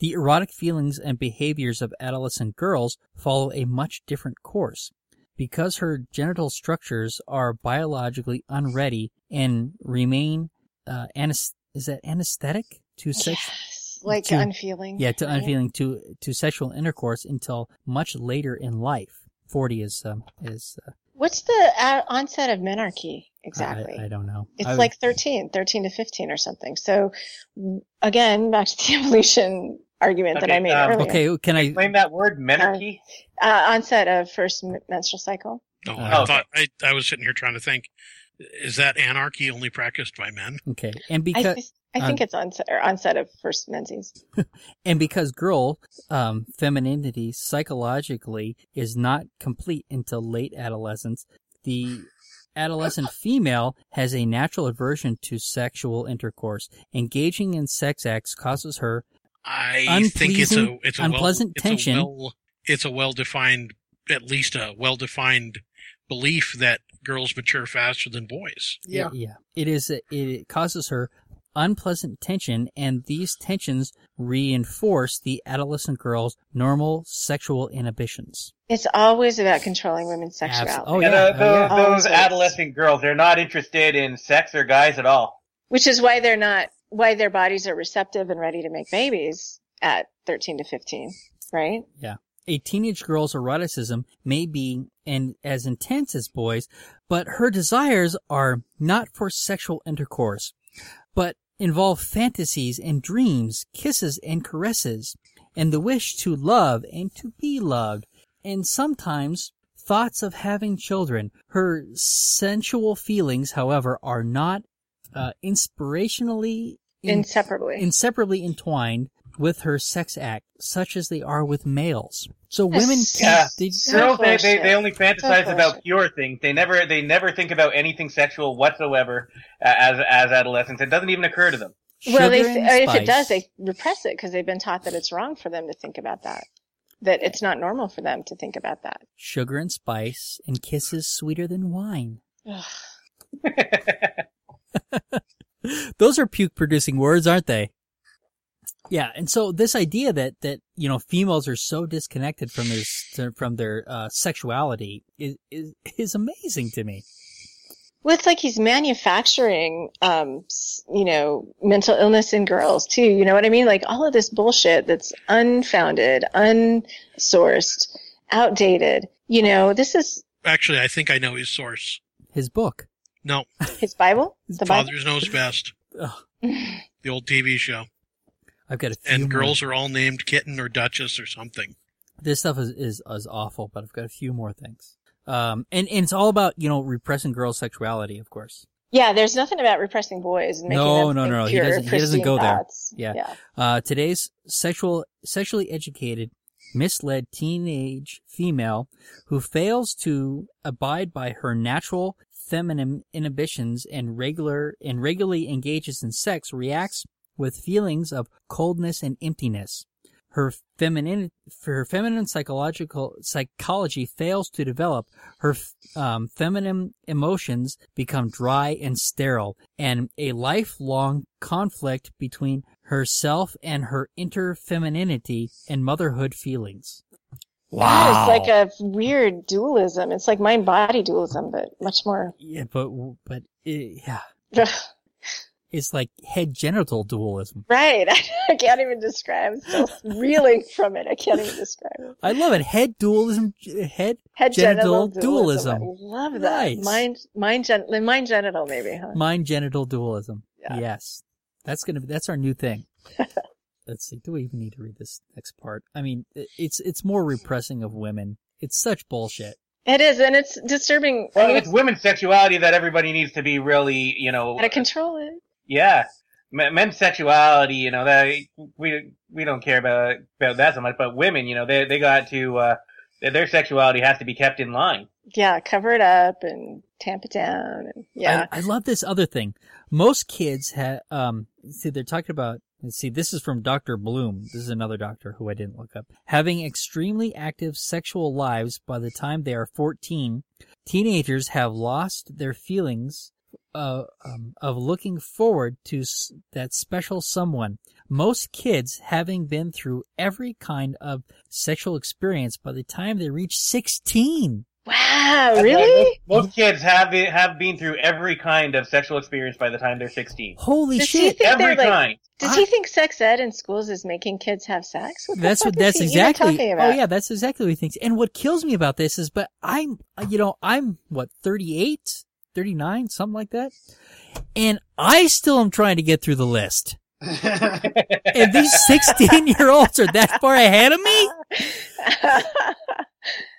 [SPEAKER 1] The erotic feelings and behaviors of adolescent girls follow a much different course. Because her genital structures are biologically unready and remain uh, anes- is that anesthetic to sex
[SPEAKER 5] Yes. Like
[SPEAKER 1] to-
[SPEAKER 5] unfeeling.
[SPEAKER 1] yeah, to
[SPEAKER 5] right?
[SPEAKER 1] unfeeling to to sexual intercourse until much later in life. Forty is um is uh,
[SPEAKER 5] What's the uh, onset of menarche
[SPEAKER 1] I-
[SPEAKER 5] exactly?
[SPEAKER 1] I, I don't know.
[SPEAKER 5] It's
[SPEAKER 1] I-
[SPEAKER 5] like 13, 13 to 15 or something. So w- again, back to the <laughs> evolution argument that I
[SPEAKER 4] Okay,
[SPEAKER 5] made
[SPEAKER 4] um,
[SPEAKER 5] earlier.
[SPEAKER 1] okay. Can I?
[SPEAKER 4] Claim that word, menarche.
[SPEAKER 5] Uh, onset of first m- menstrual cycle.
[SPEAKER 2] No,
[SPEAKER 1] Oh,
[SPEAKER 2] I
[SPEAKER 4] okay.
[SPEAKER 2] thought I, I was sitting here trying to think: is that anarchy only practiced by men?
[SPEAKER 1] Okay, and
[SPEAKER 5] I,
[SPEAKER 1] because
[SPEAKER 5] th- I think it's onset, or onset of first menses.
[SPEAKER 1] and because girl um femininity psychologically is not complete until late adolescence, the adolescent female has a natural aversion to sexual intercourse. Engaging in sex acts causes her
[SPEAKER 2] I think it's a
[SPEAKER 1] Unpleasing-
[SPEAKER 2] it's a well-
[SPEAKER 1] unpleasant
[SPEAKER 2] it's a
[SPEAKER 1] tension.
[SPEAKER 2] well- It's a well defined, at least a well defined belief that girls mature faster than boys.
[SPEAKER 3] Yeah.
[SPEAKER 1] It- yeah. It is. It, it causes her unpleasant tension, and these tensions reinforce the adolescent girl's normal sexual inhibitions.
[SPEAKER 5] It's always about controlling women's
[SPEAKER 1] Abs-
[SPEAKER 5] sexuality,
[SPEAKER 1] oh,
[SPEAKER 4] And,
[SPEAKER 1] yeah,
[SPEAKER 4] uh,
[SPEAKER 1] oh,
[SPEAKER 4] those,
[SPEAKER 1] yeah.
[SPEAKER 4] those adolescent girls, they're not interested in sex or guys at all.
[SPEAKER 5] which is why they're not, why their bodies are receptive and ready to make babies at 13 to 15, right?
[SPEAKER 1] A teenage girl's eroticism may be and as intense as boys, but her desires are not for sexual intercourse, but involve fantasies and dreams, kisses and caresses, and the wish to love and to be loved, and sometimes thoughts of having children. Her sensual feelings, however, are not uh, inspirationally in-
[SPEAKER 5] Inseparably.
[SPEAKER 1] inseparably entwined with her sex act, such as they are with males. So
[SPEAKER 5] That's
[SPEAKER 1] women,
[SPEAKER 5] so
[SPEAKER 1] can't- they,
[SPEAKER 5] So
[SPEAKER 4] Girls, they, they,
[SPEAKER 5] bullshit.
[SPEAKER 4] they only fantasize
[SPEAKER 5] So
[SPEAKER 4] about
[SPEAKER 5] bullshit.
[SPEAKER 4] pure things. They never they never think about anything sexual whatsoever uh, as as adolescents. It doesn't even occur to them.
[SPEAKER 5] Well, they,
[SPEAKER 1] sugar and
[SPEAKER 5] uh, if it does,
[SPEAKER 1] spice-
[SPEAKER 5] they repress it because they've been taught that it's wrong for them to think about that. That it's not normal for them to think about that.
[SPEAKER 1] sugar and spice and kisses sweeter than wine.
[SPEAKER 5] Ugh.
[SPEAKER 1] Those are puke producing words, aren't they? Yeah, and so this idea that that you know females are so disconnected from their s- from their uh, sexuality is, is is amazing to me.
[SPEAKER 5] Well, it's like he's manufacturing, um, s- you know, mental illness in girls too. You know what I mean? Like all of this bullshit that's unfounded, unsourced, outdated. You know, this is
[SPEAKER 2] Actually, I think I know his source.
[SPEAKER 1] His book,
[SPEAKER 2] No,
[SPEAKER 5] his Bible. The Bible.
[SPEAKER 2] Father's Knows Best,
[SPEAKER 5] <laughs>
[SPEAKER 1] Ugh,
[SPEAKER 2] the old TV show.
[SPEAKER 1] I've got a few
[SPEAKER 2] And
[SPEAKER 1] more.
[SPEAKER 2] girls are all named Kitten or Duchess or something.
[SPEAKER 1] This stuff is, is is awful, but I've got a few more things. Um, and, and it's all about you know repressing girls' sexuality, of course.
[SPEAKER 5] Yeah, there's nothing about repressing boys and making
[SPEAKER 1] No,
[SPEAKER 5] them
[SPEAKER 1] no,
[SPEAKER 5] think
[SPEAKER 1] no, he
[SPEAKER 5] pure,
[SPEAKER 1] doesn't- he doesn't
[SPEAKER 5] pristine
[SPEAKER 1] go there.
[SPEAKER 5] thoughts.
[SPEAKER 1] Yeah.
[SPEAKER 5] yeah,
[SPEAKER 1] Uh, today's sexual, sexually educated, misled teenage female who fails to abide by her natural feminine inhibitions and regular and regularly engages in sex reacts with feelings of coldness and emptiness. Her feminine, her feminine psychological psychology fails to develop. Her um, feminine emotions become dry and sterile, and a lifelong conflict between herself and her interfemininity and motherhood feelings.
[SPEAKER 5] It's like a weird dualism. It's like mind body dualism, but much more. <laughs>
[SPEAKER 1] Yeah, but but it, yeah, it's like head genital dualism.
[SPEAKER 5] Right. <laughs> I can't even describe. I'm still reeling from it. I can't even describe it.
[SPEAKER 1] I love it. Head dualism. Head
[SPEAKER 5] Head
[SPEAKER 1] Genital
[SPEAKER 5] genital,
[SPEAKER 1] dualism.
[SPEAKER 5] dualism. I love that.
[SPEAKER 1] Nice.
[SPEAKER 5] Mind, mind, gen- mind genital, maybe, huh?
[SPEAKER 1] mind genital dualism.
[SPEAKER 5] Yeah.
[SPEAKER 1] Yes, that's gonna be that's our new thing. <laughs> Let's see. Do we even need to read this next part? I mean, it- it's it's more repressing of women. It's such bullshit.
[SPEAKER 5] It is, and it's disturbing. I
[SPEAKER 4] Well,
[SPEAKER 5] mean,
[SPEAKER 4] it's women's sexuality that everybody needs to be really, you know,
[SPEAKER 5] how to control it.
[SPEAKER 4] yeah. M- men's sexuality, you know, that we we don't care about about that so much, but women, you know, they they got to uh, their- their sexuality has to be kept in line.
[SPEAKER 5] Yeah, cover it up and tamp it down. And, yeah.
[SPEAKER 1] I, I love this other thing. Most kids have, um, see, they're talking about, let's see, this is from Dr. Bloom. This is another doctor who I didn't look up. Having extremely active sexual lives by the time they are 14, teenagers have lost their feelings uh, um, of looking forward to s- that special someone. Most kids, having been through every kind of sexual experience by the time they reach 16.
[SPEAKER 5] wow,
[SPEAKER 4] Most,
[SPEAKER 5] Oh, really?
[SPEAKER 4] most kids have have been through every kind of sexual experience by the time they're sixteen.
[SPEAKER 1] Holy
[SPEAKER 5] Does
[SPEAKER 1] shit.
[SPEAKER 5] she think
[SPEAKER 4] Every
[SPEAKER 5] <laughs> they're like
[SPEAKER 4] kind.
[SPEAKER 5] Does he think sex ed in schools is making kids have sex? What the
[SPEAKER 1] That's
[SPEAKER 5] fuck
[SPEAKER 1] what.
[SPEAKER 5] is
[SPEAKER 1] That's
[SPEAKER 5] he even
[SPEAKER 1] exactly.
[SPEAKER 5] talking
[SPEAKER 1] Oh
[SPEAKER 5] about?
[SPEAKER 1] yeah, that's exactly what he thinks. And what kills me about this is, but I'm, you know, I'm what 38, 39, something like that, and I still am trying to get through the list. And these sixteen year olds are that far ahead of me.
[SPEAKER 5] <laughs>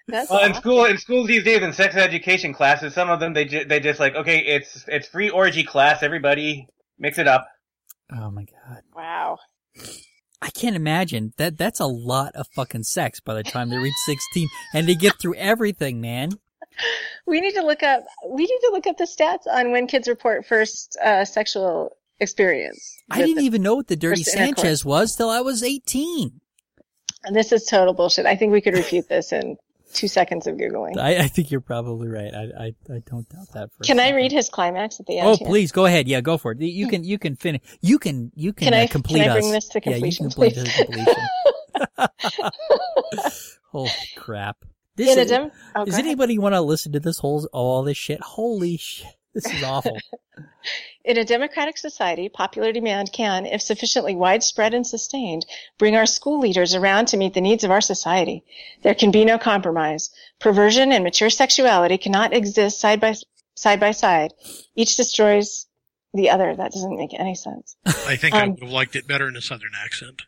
[SPEAKER 5] that's
[SPEAKER 4] Well, in
[SPEAKER 5] awful.
[SPEAKER 4] school, in schools these days, in sex education classes, some of them they ju- they just like, okay, it's it's free orgy class. Everybody mix it up.
[SPEAKER 1] Oh my god,
[SPEAKER 5] wow.
[SPEAKER 1] I can't imagine that. That's a lot of fucking sex by the time they reach sixteen, and they get through everything, man.
[SPEAKER 5] We need to look up. We need to look up the stats on when kids report first uh, sexual experience.
[SPEAKER 1] I didn't even know what the Dirty
[SPEAKER 5] First intercourse.
[SPEAKER 1] Sanchez was till I was eighteen.
[SPEAKER 5] And this is total bullshit. I think we could refute this in two seconds of googling.
[SPEAKER 1] I, I think you're probably right. I I, I don't doubt that. For a
[SPEAKER 5] Can I
[SPEAKER 1] second.
[SPEAKER 5] read his climax at the end?
[SPEAKER 1] Oh,
[SPEAKER 5] here?
[SPEAKER 1] please go ahead. Yeah, go for it. You can you can finish. You can you can,
[SPEAKER 5] Hmm. Can I-
[SPEAKER 1] uh, complete
[SPEAKER 5] can I bring
[SPEAKER 1] us.
[SPEAKER 5] this to
[SPEAKER 1] yeah, you
[SPEAKER 5] completion,
[SPEAKER 1] can complete
[SPEAKER 5] please?
[SPEAKER 1] this to completion.
[SPEAKER 5] <laughs>
[SPEAKER 1] Holy crap! This
[SPEAKER 5] In a
[SPEAKER 1] is,
[SPEAKER 5] dim-
[SPEAKER 1] does
[SPEAKER 5] oh, go ahead.
[SPEAKER 1] anybody want to listen to this whole all this shit? Holy shit! This is
[SPEAKER 5] <laughs>
[SPEAKER 1] awful.
[SPEAKER 5] In a democratic society, popular demand can, if sufficiently widespread and sustained, bring our school leaders around to meet the needs of our society. There can be no compromise. Perversion and mature sexuality cannot exist side by side by side. Each destroys the other. That doesn't make any sense.
[SPEAKER 2] I think I
[SPEAKER 5] Um,
[SPEAKER 2] would have liked it better in a southern accent.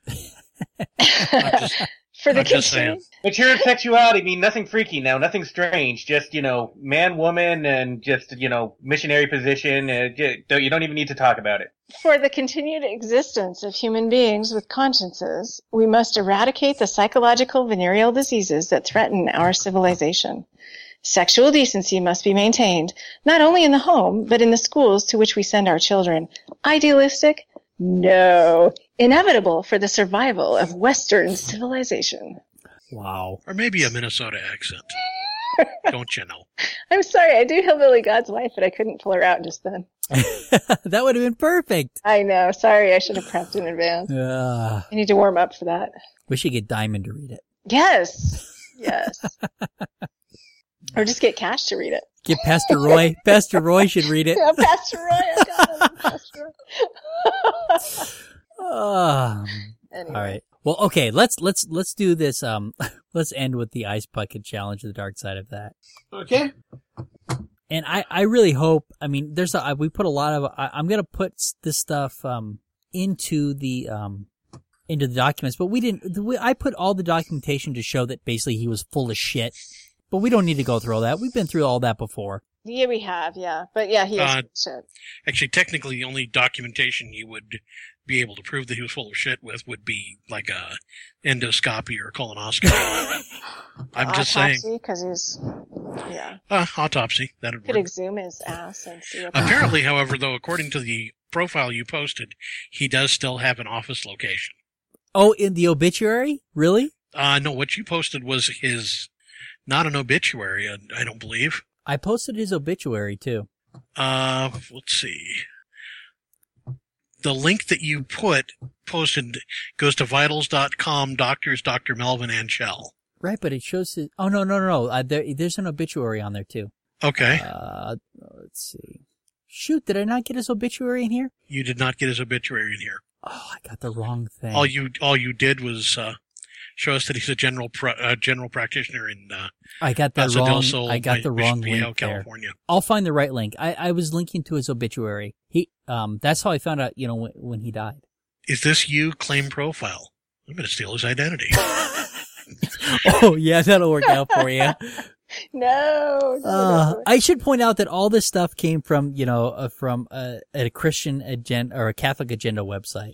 [SPEAKER 5] <laughs> For the
[SPEAKER 2] I'm just saying.
[SPEAKER 5] continued
[SPEAKER 4] Mature sexuality mean nothing freaky now, nothing strange. Just you know, man, woman, and just you know, missionary position. Uh, ju- don't- you don't even need to talk about it.
[SPEAKER 5] For the continued existence of human beings with consciences, we must eradicate the psychological venereal diseases that threaten our civilization. Sexual decency must be maintained, not only in the home, but in the schools to which we send our children. Idealistic? No. Inevitable for the survival of Western civilization.
[SPEAKER 1] Wow. <laughs>
[SPEAKER 2] Or maybe a Minnesota
[SPEAKER 5] <laughs>
[SPEAKER 2] accent. Don't you know?
[SPEAKER 5] I'm sorry, I do Hillbilly God's wife, but I couldn't pull her out just then.
[SPEAKER 1] that would have been perfect.
[SPEAKER 5] I know. Sorry, I should have prepped in advance.
[SPEAKER 1] Uh,
[SPEAKER 5] I need to warm up for that.
[SPEAKER 1] we should get Diamond to read it. <laughs>
[SPEAKER 5] Yes. Yes. or just get Cash to read it.
[SPEAKER 1] Get Pastor Roy. Pastor Roy should read
[SPEAKER 5] <laughs>
[SPEAKER 1] it.
[SPEAKER 5] Yeah, Pastor Roy. I
[SPEAKER 1] <laughs>
[SPEAKER 5] got him. Pastor Roy. <laughs>
[SPEAKER 1] Um,
[SPEAKER 5] anyway.
[SPEAKER 1] all right. Well, okay. Let's let's let's do this. Um, <laughs> let's end with the ice bucket challenge. The dark side of that.
[SPEAKER 3] Okay.
[SPEAKER 1] and I, I really hope i mean there's a I- we put a lot of I, i'm gonna put s- this stuff um into the um into the documents but we didn't the way- i put all the documentation to show that basically he was full of shit but we don't need to go through all that we've been through all that before
[SPEAKER 5] Yeah, we have. Yeah, but yeah, he is.
[SPEAKER 2] Uh,
[SPEAKER 5] shit.
[SPEAKER 2] Actually, technically, the only documentation you would be able to prove that he was full of shit with would be like a endoscopy or a colonoscopy. I'm just saying,
[SPEAKER 5] because he's yeah.
[SPEAKER 2] uh, autopsy. That'd
[SPEAKER 5] Could <laughs>
[SPEAKER 2] work.
[SPEAKER 5] exhume his ass and see. What
[SPEAKER 2] Apparently, however, though, according to the profile you posted, he does still have an office location.
[SPEAKER 1] oh in the obituary really
[SPEAKER 2] Uh, no, what you posted was his, not an obituary, I I don't believe.
[SPEAKER 1] i posted his obituary too
[SPEAKER 2] Uh, let's see. The link that you put posted goes to vitals.com, doctors, Dr. Melvin Anchel.
[SPEAKER 1] right but it shows his oh no no no no uh, there, there's an obituary on there too
[SPEAKER 2] Okay.
[SPEAKER 1] uh let's see shoot did i not get his obituary in here
[SPEAKER 2] You did not get his obituary in here.
[SPEAKER 1] oh i got the wrong thing
[SPEAKER 2] All Oh, you, all you did was, uh, show us that he's a general, pra- uh, general practitioner in, uh,
[SPEAKER 1] i got the
[SPEAKER 2] Paso del
[SPEAKER 1] wrong
[SPEAKER 2] Sol,
[SPEAKER 1] i got the
[SPEAKER 2] Mission
[SPEAKER 1] wrong
[SPEAKER 2] Viejo,
[SPEAKER 1] link there
[SPEAKER 2] California.
[SPEAKER 1] I'll find the right link. I, I was linking to his obituary. He, um, that's how I found out, you know, when, when he died.
[SPEAKER 2] Is this you claim profile? I'm going to steal his identity.
[SPEAKER 1] oh yeah, that'll work out for you.
[SPEAKER 5] no. no,
[SPEAKER 1] Uh,
[SPEAKER 5] no.
[SPEAKER 1] I should point out that all this stuff came from, you know, uh, from a, a Christian agenda or a Catholic agenda website.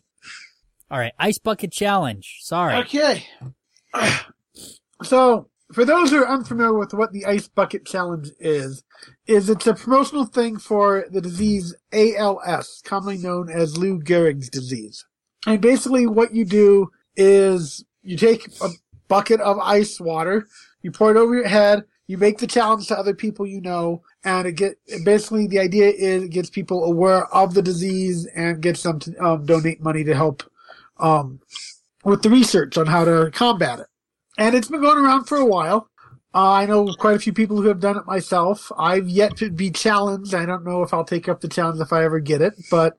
[SPEAKER 1] All right, ice bucket challenge. Sorry.
[SPEAKER 3] Okay. <sighs> So, for those who are unfamiliar with what the Ice Bucket Challenge is, is it's a promotional thing for the disease ALS, commonly known as Lou Gehrig's disease. And basically what you do is you take a bucket of ice water, you pour it over your head, you make the challenge to other people you know, and it get basically the idea is it gets people aware of the disease and gets them to um, donate money to help um, with the research on how to combat it. And it's been going around for a while. Uh, I know quite a few people who have done it myself. I've yet to be challenged. I don't know if I'll take up the challenge if I ever get it, but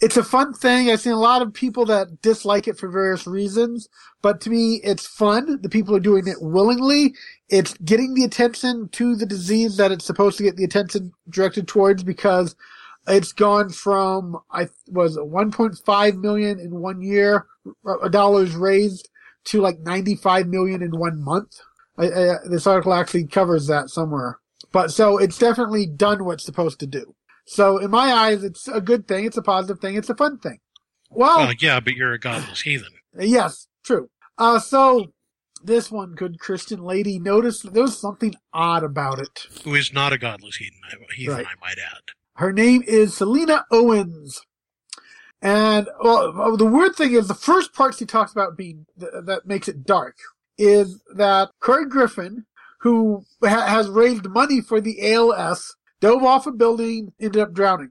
[SPEAKER 3] it's a fun thing. I've seen a lot of people that dislike it for various reasons, but to me, it's fun. The people are doing it willingly. It's getting the attention to the disease that it's supposed to get the attention directed towards because it's gone from, I was 1.5 million in one year uh, dollars raised to like 95 million in one month. I, I, this article actually covers that somewhere. But so it's definitely done what it's supposed to do. So in my eyes, it's a good thing. It's a positive thing. It's a fun thing. Well,
[SPEAKER 2] Well, Uh, yeah, but you're a godless heathen.
[SPEAKER 3] Yes, true. Uh, so this one good Christian lady noticed that there was something odd about it.
[SPEAKER 2] Who is not a godless heathen, I- heathen
[SPEAKER 3] Right.
[SPEAKER 2] I might add.
[SPEAKER 3] Her name is Selena Owens. And well, the weird thing is the first part she talks about being th- that makes it dark is that Corey Griffin, who ha- has raised money for the ALS, dove off a building, ended up drowning.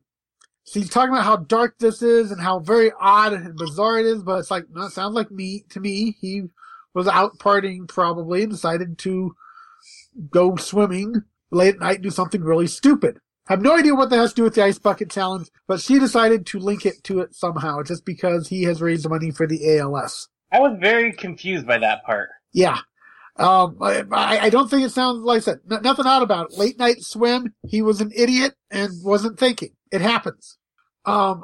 [SPEAKER 3] So he's talking about how dark this is and how very odd and bizarre it is, but it's like, no, it sounds like me to me. He was out partying probably and decided to go swimming late at night, do something really stupid. I have no idea what that has to do with the ice bucket challenge, but she decided to link it to it somehow, just because he has raised money for the ALS.
[SPEAKER 4] I was very confused by that part.
[SPEAKER 3] Yeah. Um, I, I I don't think it sounds like that. N- nothing odd about it. Late night swim. He was an idiot and wasn't thinking. It happens. Um,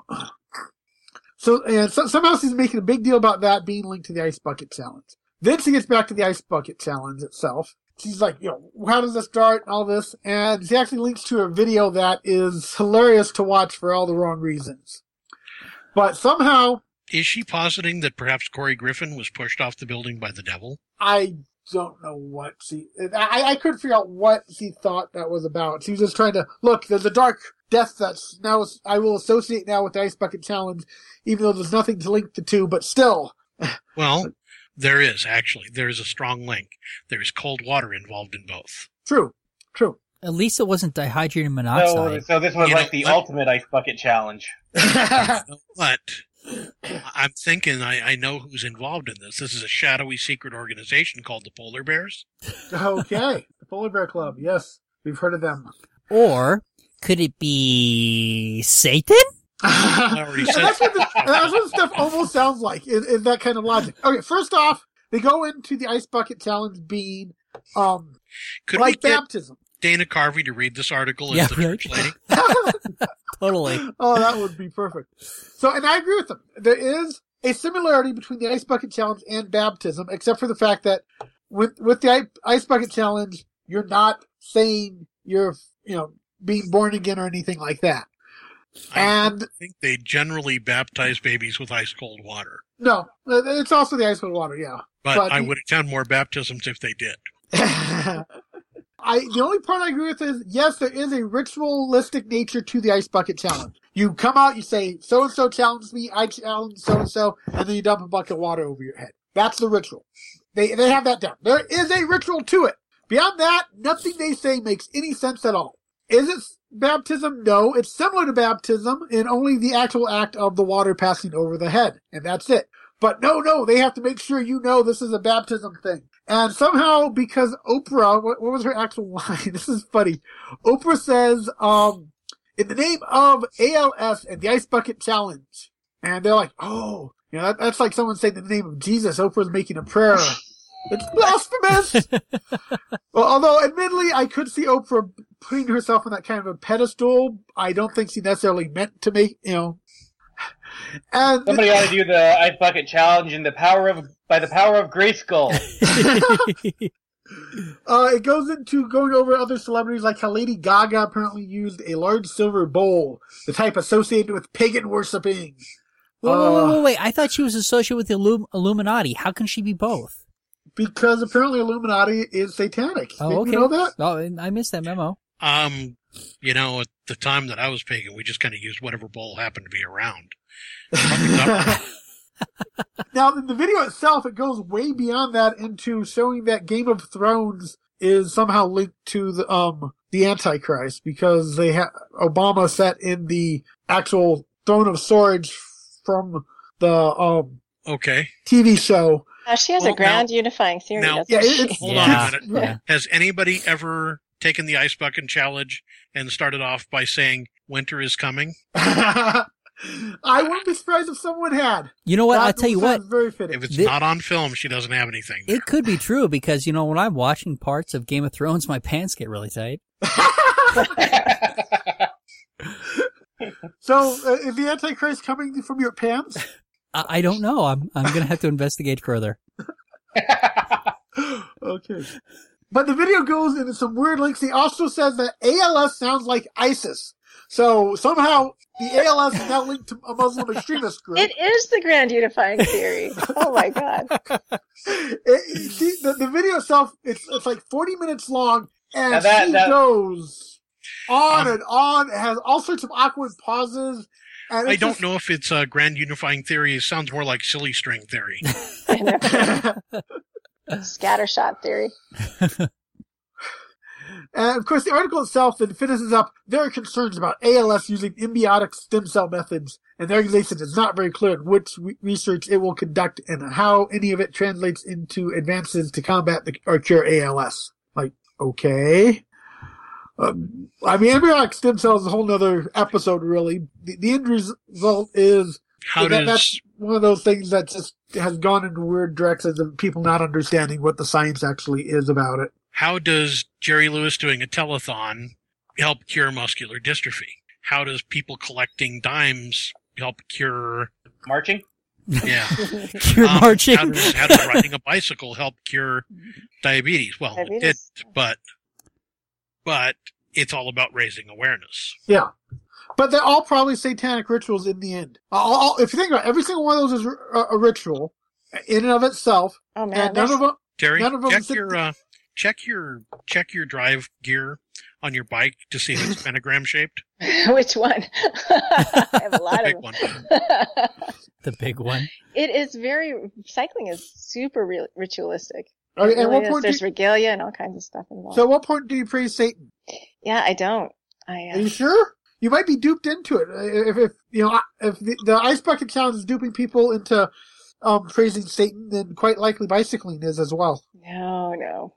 [SPEAKER 3] so, and so, somehow she's making a big deal about that being linked to the ice bucket challenge. Then she gets back to the ice bucket challenge itself. She's like, you know, how does this start and all this? And she actually links to a video that is hilarious to watch for all the wrong reasons. But somehow,
[SPEAKER 2] Is she positing that perhaps Corey Griffin was pushed off the building by the devil?
[SPEAKER 3] I don't know what she. I, I couldn't figure out what she thought that was about. She was just trying to look. There's a dark death that's now I will associate now with the ice bucket challenge, even though there's nothing to link the two. But still,
[SPEAKER 2] Well, there is actually. There is a strong link. There is cold water involved in both. <laughs>
[SPEAKER 3] true, true.
[SPEAKER 1] At least it wasn't dihydrogen
[SPEAKER 4] So,
[SPEAKER 1] monoxide.
[SPEAKER 4] so this was
[SPEAKER 2] You
[SPEAKER 4] like
[SPEAKER 2] know
[SPEAKER 4] the
[SPEAKER 2] what?
[SPEAKER 4] ultimate ice bucket challenge.
[SPEAKER 2] You know what? I- I'm thinking I, I know who's involved in this. This is a shadowy secret organization called the Polar Bears.
[SPEAKER 3] okay. The Polar Bear Club. Yes. We've heard
[SPEAKER 2] <laughs>
[SPEAKER 3] of them.
[SPEAKER 1] Or could it be Satan?
[SPEAKER 2] I already
[SPEAKER 3] And
[SPEAKER 2] said
[SPEAKER 3] that's what, the, and that's what stuff almost sounds like in, in that kind of logic. Okay, first off, they go into the ice bucket challenge being um
[SPEAKER 2] Could we
[SPEAKER 3] like
[SPEAKER 2] get
[SPEAKER 3] baptism. <laughs>
[SPEAKER 2] Dana Carvey to read this article as
[SPEAKER 1] Yeah,
[SPEAKER 2] the
[SPEAKER 1] right.
[SPEAKER 2] church lady?
[SPEAKER 1] <laughs>
[SPEAKER 3] <laughs>
[SPEAKER 1] Totally.
[SPEAKER 3] Oh, that would be perfect. So, and I agree with them. There is a similarity between the ice bucket challenge and baptism, except for the fact that with with the i- ice bucket challenge, you're not saying you're you know being born again or anything like that.
[SPEAKER 2] I
[SPEAKER 3] And
[SPEAKER 2] think they generally baptize babies with ice cold water,
[SPEAKER 3] no, it's also the ice bucket water. Yeah.
[SPEAKER 2] but,
[SPEAKER 3] But
[SPEAKER 2] I
[SPEAKER 3] he-
[SPEAKER 2] would attend more baptisms if they did.
[SPEAKER 3] <laughs> I the only part I agree with is yes, there is a ritualistic nature to the ice bucket challenge. You come out, you say so and so challenged me, I challenge so and so, and then you dump a bucket of water over your head. That's the ritual. They they have that down. There is a ritual to it. Beyond that, nothing they say makes any sense at all. Is it baptism? No, it's similar to baptism in only the actual act of the water passing over the head, and that's it. But no, no, they have to make sure you know this is a baptism thing. And somehow, because Oprah, what, what was her actual <laughs> line? This is funny. Oprah says, um, in the name of ALS and the Ice Bucket Challenge. And they're like, oh, you know, that, that's like someone saying in the name of Jesus, Oprah's making a prayer. It's blasphemous! well, although admittedly, I could see Oprah putting herself on that kind of a pedestal. I don't think she necessarily meant to make, you know. And
[SPEAKER 4] Somebody ought to do the ice bucket challenge in the power of by the power of Grayskull.
[SPEAKER 3] Uh, it goes into going over other celebrities, like how Lady Gaga apparently used a large silver bowl, the type associated with pagan worshipping.
[SPEAKER 1] Whoa, whoa, whoa, whoa,
[SPEAKER 3] Uh,
[SPEAKER 1] wait. I thought she was associated with the Illum- Illuminati. How can she be both?
[SPEAKER 3] because apparently Illuminati is satanic.
[SPEAKER 1] Oh,
[SPEAKER 3] Didn't
[SPEAKER 1] okay.
[SPEAKER 3] you know that?
[SPEAKER 1] Oh, I missed that memo.
[SPEAKER 2] Um, you know, at the time that I was pagan, we just kind of used whatever bowl happened to be around.
[SPEAKER 3] <laughs> now, in the video itself, it goes way beyond that into showing that Game of Thrones is somehow linked to the um the Antichrist because they ha- Obama sat in the actual Throne of Swords from the um
[SPEAKER 2] Okay.
[SPEAKER 3] TV show.
[SPEAKER 5] Uh, she has
[SPEAKER 2] Well,
[SPEAKER 5] a grand unifying theory,
[SPEAKER 2] now-
[SPEAKER 5] doesn't
[SPEAKER 3] Yeah,
[SPEAKER 5] she?
[SPEAKER 3] it, it's
[SPEAKER 2] Hold
[SPEAKER 1] Yeah.
[SPEAKER 2] on a minute.
[SPEAKER 1] Yeah.
[SPEAKER 2] Has anybody ever taken the ice bucket challenge and started off by saying winter is coming?
[SPEAKER 3] <laughs> I wouldn't be surprised if someone had.
[SPEAKER 1] You know what?
[SPEAKER 3] That
[SPEAKER 1] I'll tell you what.
[SPEAKER 3] sounds Very
[SPEAKER 2] If
[SPEAKER 3] fitting.
[SPEAKER 2] it's
[SPEAKER 1] Thi-
[SPEAKER 2] not on film, she doesn't have anything.
[SPEAKER 1] It could be true because, you know, when I'm watching parts of Game of Thrones, my pants get really tight.
[SPEAKER 3] <laughs> so, uh, is the Antichrist coming from your pants?
[SPEAKER 1] I, I don't know. I'm, I'm going to have to investigate further.
[SPEAKER 3] okay. But the video goes into some weird links. He also says that ALS sounds like ISIS. So somehow the ALS is now linked to a Muslim extremist group.
[SPEAKER 5] <laughs> It is the grand unifying
[SPEAKER 1] <laughs>
[SPEAKER 5] theory. oh my god.
[SPEAKER 3] It- it- the, the, the video itself, it's, it's like 40 minutes long,
[SPEAKER 4] Now
[SPEAKER 3] and
[SPEAKER 4] that-
[SPEAKER 3] she
[SPEAKER 4] that-
[SPEAKER 3] goes on
[SPEAKER 2] Um,
[SPEAKER 3] and on. It has all sorts of awkward pauses. And
[SPEAKER 2] I
[SPEAKER 3] it's
[SPEAKER 2] don't
[SPEAKER 3] just-
[SPEAKER 2] know if it's a grand unifying theory. It sounds more like silly
[SPEAKER 1] <laughs>
[SPEAKER 2] string theory.
[SPEAKER 5] I know. Scattershot theory.
[SPEAKER 3] <laughs> And of course, the article itself then finishes up their concerns about ALS using embiotic stem cell methods, and the organization is not very clear in which re- research it will conduct and how any of it translates into advances to combat the, or cure ALS. Like, okay. Um, I mean, embryonic stem cells is a whole nother episode, really. The, the end result is
[SPEAKER 2] How
[SPEAKER 3] that,
[SPEAKER 2] does
[SPEAKER 3] that's one of those things that just has gone into weird directions of people not understanding what the science actually is about it.
[SPEAKER 2] how does Jerry Lewis doing a telethon help cure muscular dystrophy? How does people collecting dimes help cure?
[SPEAKER 4] Marching?
[SPEAKER 2] Yeah.
[SPEAKER 1] You're
[SPEAKER 2] Um,
[SPEAKER 1] marching.
[SPEAKER 2] How does, how does riding a bicycle help cure diabetes? Well, it did,
[SPEAKER 5] Diabetes.
[SPEAKER 2] but but it's all about raising awareness.
[SPEAKER 3] Yeah. But they're all probably satanic rituals in the end. All, all, if you think about it, every single one of those is a, a ritual in and of itself.
[SPEAKER 5] Oh man.
[SPEAKER 3] And none of them,
[SPEAKER 2] Terry,
[SPEAKER 3] None of 'em
[SPEAKER 2] check
[SPEAKER 3] sit-
[SPEAKER 2] your uh, check your check your drive gear on your bike to see if
[SPEAKER 3] <laughs>
[SPEAKER 2] it's pentagram shaped.
[SPEAKER 5] <laughs> Which one? I have a lot
[SPEAKER 2] Big
[SPEAKER 5] of
[SPEAKER 2] one.
[SPEAKER 5] them.
[SPEAKER 1] <laughs> the big one.
[SPEAKER 5] <laughs> it is very cycling is super real ritualistic.
[SPEAKER 3] I mean, Oh, uh,
[SPEAKER 5] It
[SPEAKER 3] at
[SPEAKER 5] really
[SPEAKER 3] what
[SPEAKER 5] is.
[SPEAKER 3] point do
[SPEAKER 5] There's
[SPEAKER 3] you,
[SPEAKER 5] regalia and all kinds of stuff involved.
[SPEAKER 3] so at what point do you praise Satan?
[SPEAKER 5] Yeah, I don't. I,
[SPEAKER 3] Are
[SPEAKER 5] uh,
[SPEAKER 3] you sure? You might be duped into it. If, if you know, if the, the ice bucket challenge is duping people into um, praising Satan, then quite likely bicycling is as well.
[SPEAKER 5] no, uh, no.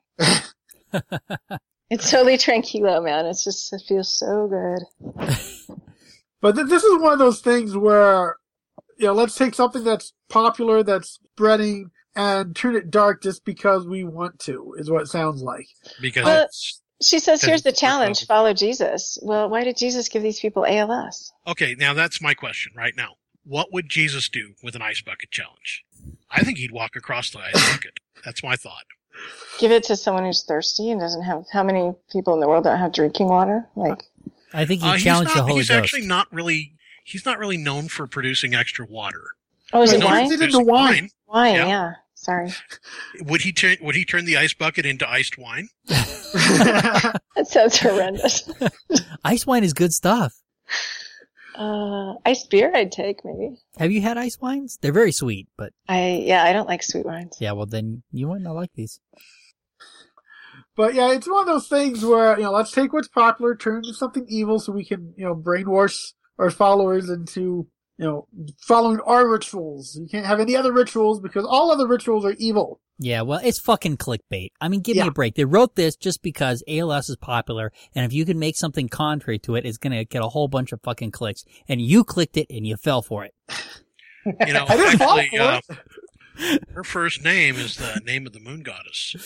[SPEAKER 3] <laughs>
[SPEAKER 5] it's totally tranquilo, man. It's just, it feels so good.
[SPEAKER 3] But th- this is one of those things where, you know, let's take something that's popular, that's spreading, and turn it dark just because we want to, is what it sounds like.
[SPEAKER 2] because
[SPEAKER 5] Well-
[SPEAKER 2] it's,
[SPEAKER 5] She says,
[SPEAKER 2] Doesn't
[SPEAKER 5] here's the
[SPEAKER 2] work
[SPEAKER 5] challenge,
[SPEAKER 2] out.
[SPEAKER 5] follow Jesus. Well, why did Jesus give these people ALS?
[SPEAKER 2] okay, now that's my question right now. What would Jesus do with an ice bucket challenge? I think he'd walk across the ice bucket. That's my thought.
[SPEAKER 5] Give it to someone who's thirsty and doesn't have, how many people in the world don't have drinking water? Like,
[SPEAKER 1] I think he
[SPEAKER 2] Uh, he's
[SPEAKER 1] challenged
[SPEAKER 2] not-
[SPEAKER 1] the Holy
[SPEAKER 2] he's
[SPEAKER 1] Ghost.
[SPEAKER 2] actually not really. He's not really known for producing extra water.
[SPEAKER 5] oh, is
[SPEAKER 3] But
[SPEAKER 2] He's known
[SPEAKER 5] it
[SPEAKER 3] no,
[SPEAKER 2] for
[SPEAKER 3] it's-
[SPEAKER 5] wine?
[SPEAKER 3] Is it
[SPEAKER 2] producing
[SPEAKER 3] into wine?
[SPEAKER 5] Wine,
[SPEAKER 2] Yeah.
[SPEAKER 5] yeah. Sorry.
[SPEAKER 2] Would he turn? Would he turn the ice bucket into iced wine?
[SPEAKER 5] That sounds horrendous.
[SPEAKER 1] ice wine is good stuff.
[SPEAKER 5] Uh, iced beer I'd take, maybe.
[SPEAKER 1] Have you had ice wines? They're very sweet, but
[SPEAKER 5] I, yeah, I don't like sweet wines.
[SPEAKER 1] yeah, well then you might not like these.
[SPEAKER 3] <laughs> But yeah, it's one of those things where, you know, let's take what's popular, turn it into something evil so we can, you know, brainwash our followers into, you know, following our rituals. You can't have any other rituals because all other rituals are evil.
[SPEAKER 1] Yeah, well, it's fucking clickbait. I mean, give me
[SPEAKER 3] Yeah.
[SPEAKER 1] a break. They wrote this just because ALS is popular, and if you can make something contrary to it, it's gonna get a whole bunch of fucking clicks. And you clicked it, and you fell for it. <laughs>
[SPEAKER 2] You
[SPEAKER 5] <laughs>
[SPEAKER 2] know,
[SPEAKER 3] I didn't fall
[SPEAKER 2] actually,
[SPEAKER 3] for
[SPEAKER 2] uh, her first name is the name of the moon goddess.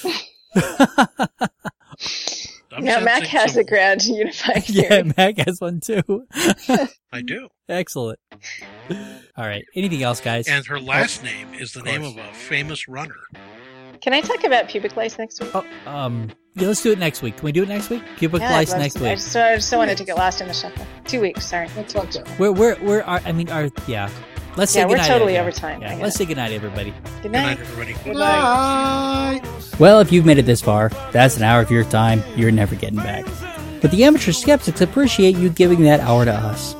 [SPEAKER 2] I'm
[SPEAKER 5] Now, Mac
[SPEAKER 2] sensing
[SPEAKER 5] has
[SPEAKER 2] some-
[SPEAKER 5] a grand <laughs> unifying
[SPEAKER 1] yeah,
[SPEAKER 5] theory.
[SPEAKER 1] Mac has one too. <laughs>
[SPEAKER 2] I do.
[SPEAKER 1] Excellent. All right. Anything else, guys?
[SPEAKER 2] And her last name is the
[SPEAKER 1] Of
[SPEAKER 2] name
[SPEAKER 1] course.
[SPEAKER 2] of a famous runner.
[SPEAKER 5] Can I talk about pubic lice next week?
[SPEAKER 1] Oh, um, yeah, let's do it next week. Can we do it next week? Cubic
[SPEAKER 5] Yeah, I'd
[SPEAKER 1] Lice
[SPEAKER 5] love
[SPEAKER 1] next
[SPEAKER 5] to- I
[SPEAKER 1] week.
[SPEAKER 5] just, I just don't want it to get lost in the shuffle. Two weeks, sorry.
[SPEAKER 3] That's like that.
[SPEAKER 1] We're, we're, we're, our, I mean, our, yeah. Let's say
[SPEAKER 5] Yeah, we're
[SPEAKER 1] goodnight.
[SPEAKER 5] totally
[SPEAKER 1] everybody.
[SPEAKER 5] over time. I
[SPEAKER 1] Yeah,
[SPEAKER 5] get
[SPEAKER 1] let's
[SPEAKER 5] it.
[SPEAKER 1] say goodnight, everybody.
[SPEAKER 5] Good
[SPEAKER 2] Good
[SPEAKER 5] night.
[SPEAKER 2] night, everybody.
[SPEAKER 5] Good night.
[SPEAKER 3] Night.
[SPEAKER 1] Well, if you've made it this far, that's an hour of your time you're never getting back. But the amateur skeptics appreciate you giving that hour to us.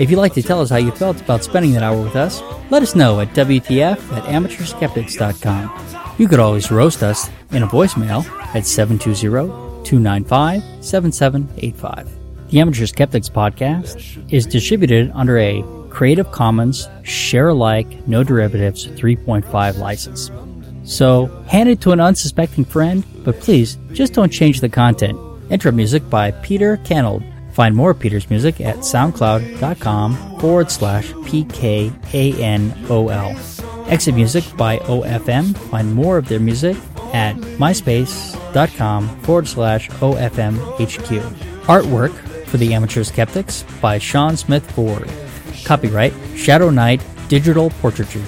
[SPEAKER 1] If you'd like to tell us how you felt about spending that hour with us, let us know at WTF at amateurskeptics.com. You could always roast us in a voicemail at 720 295 7785. The Amateur Skeptics Podcast is distributed under a Creative Commons Share Alike No Derivatives 3.5 license. So, hand it to an unsuspecting friend, but please just don't change the content. Intro music by Peter Canold. Find more of Peter's music at soundcloud.com forward slash PKANOL. Exit music by OFM. Find more of their music at myspace.com forward slash OFMHQ. Artwork for the Amateur Skeptics by Sean Smith Ford. Copyright Shadow Knight Digital Portraiture.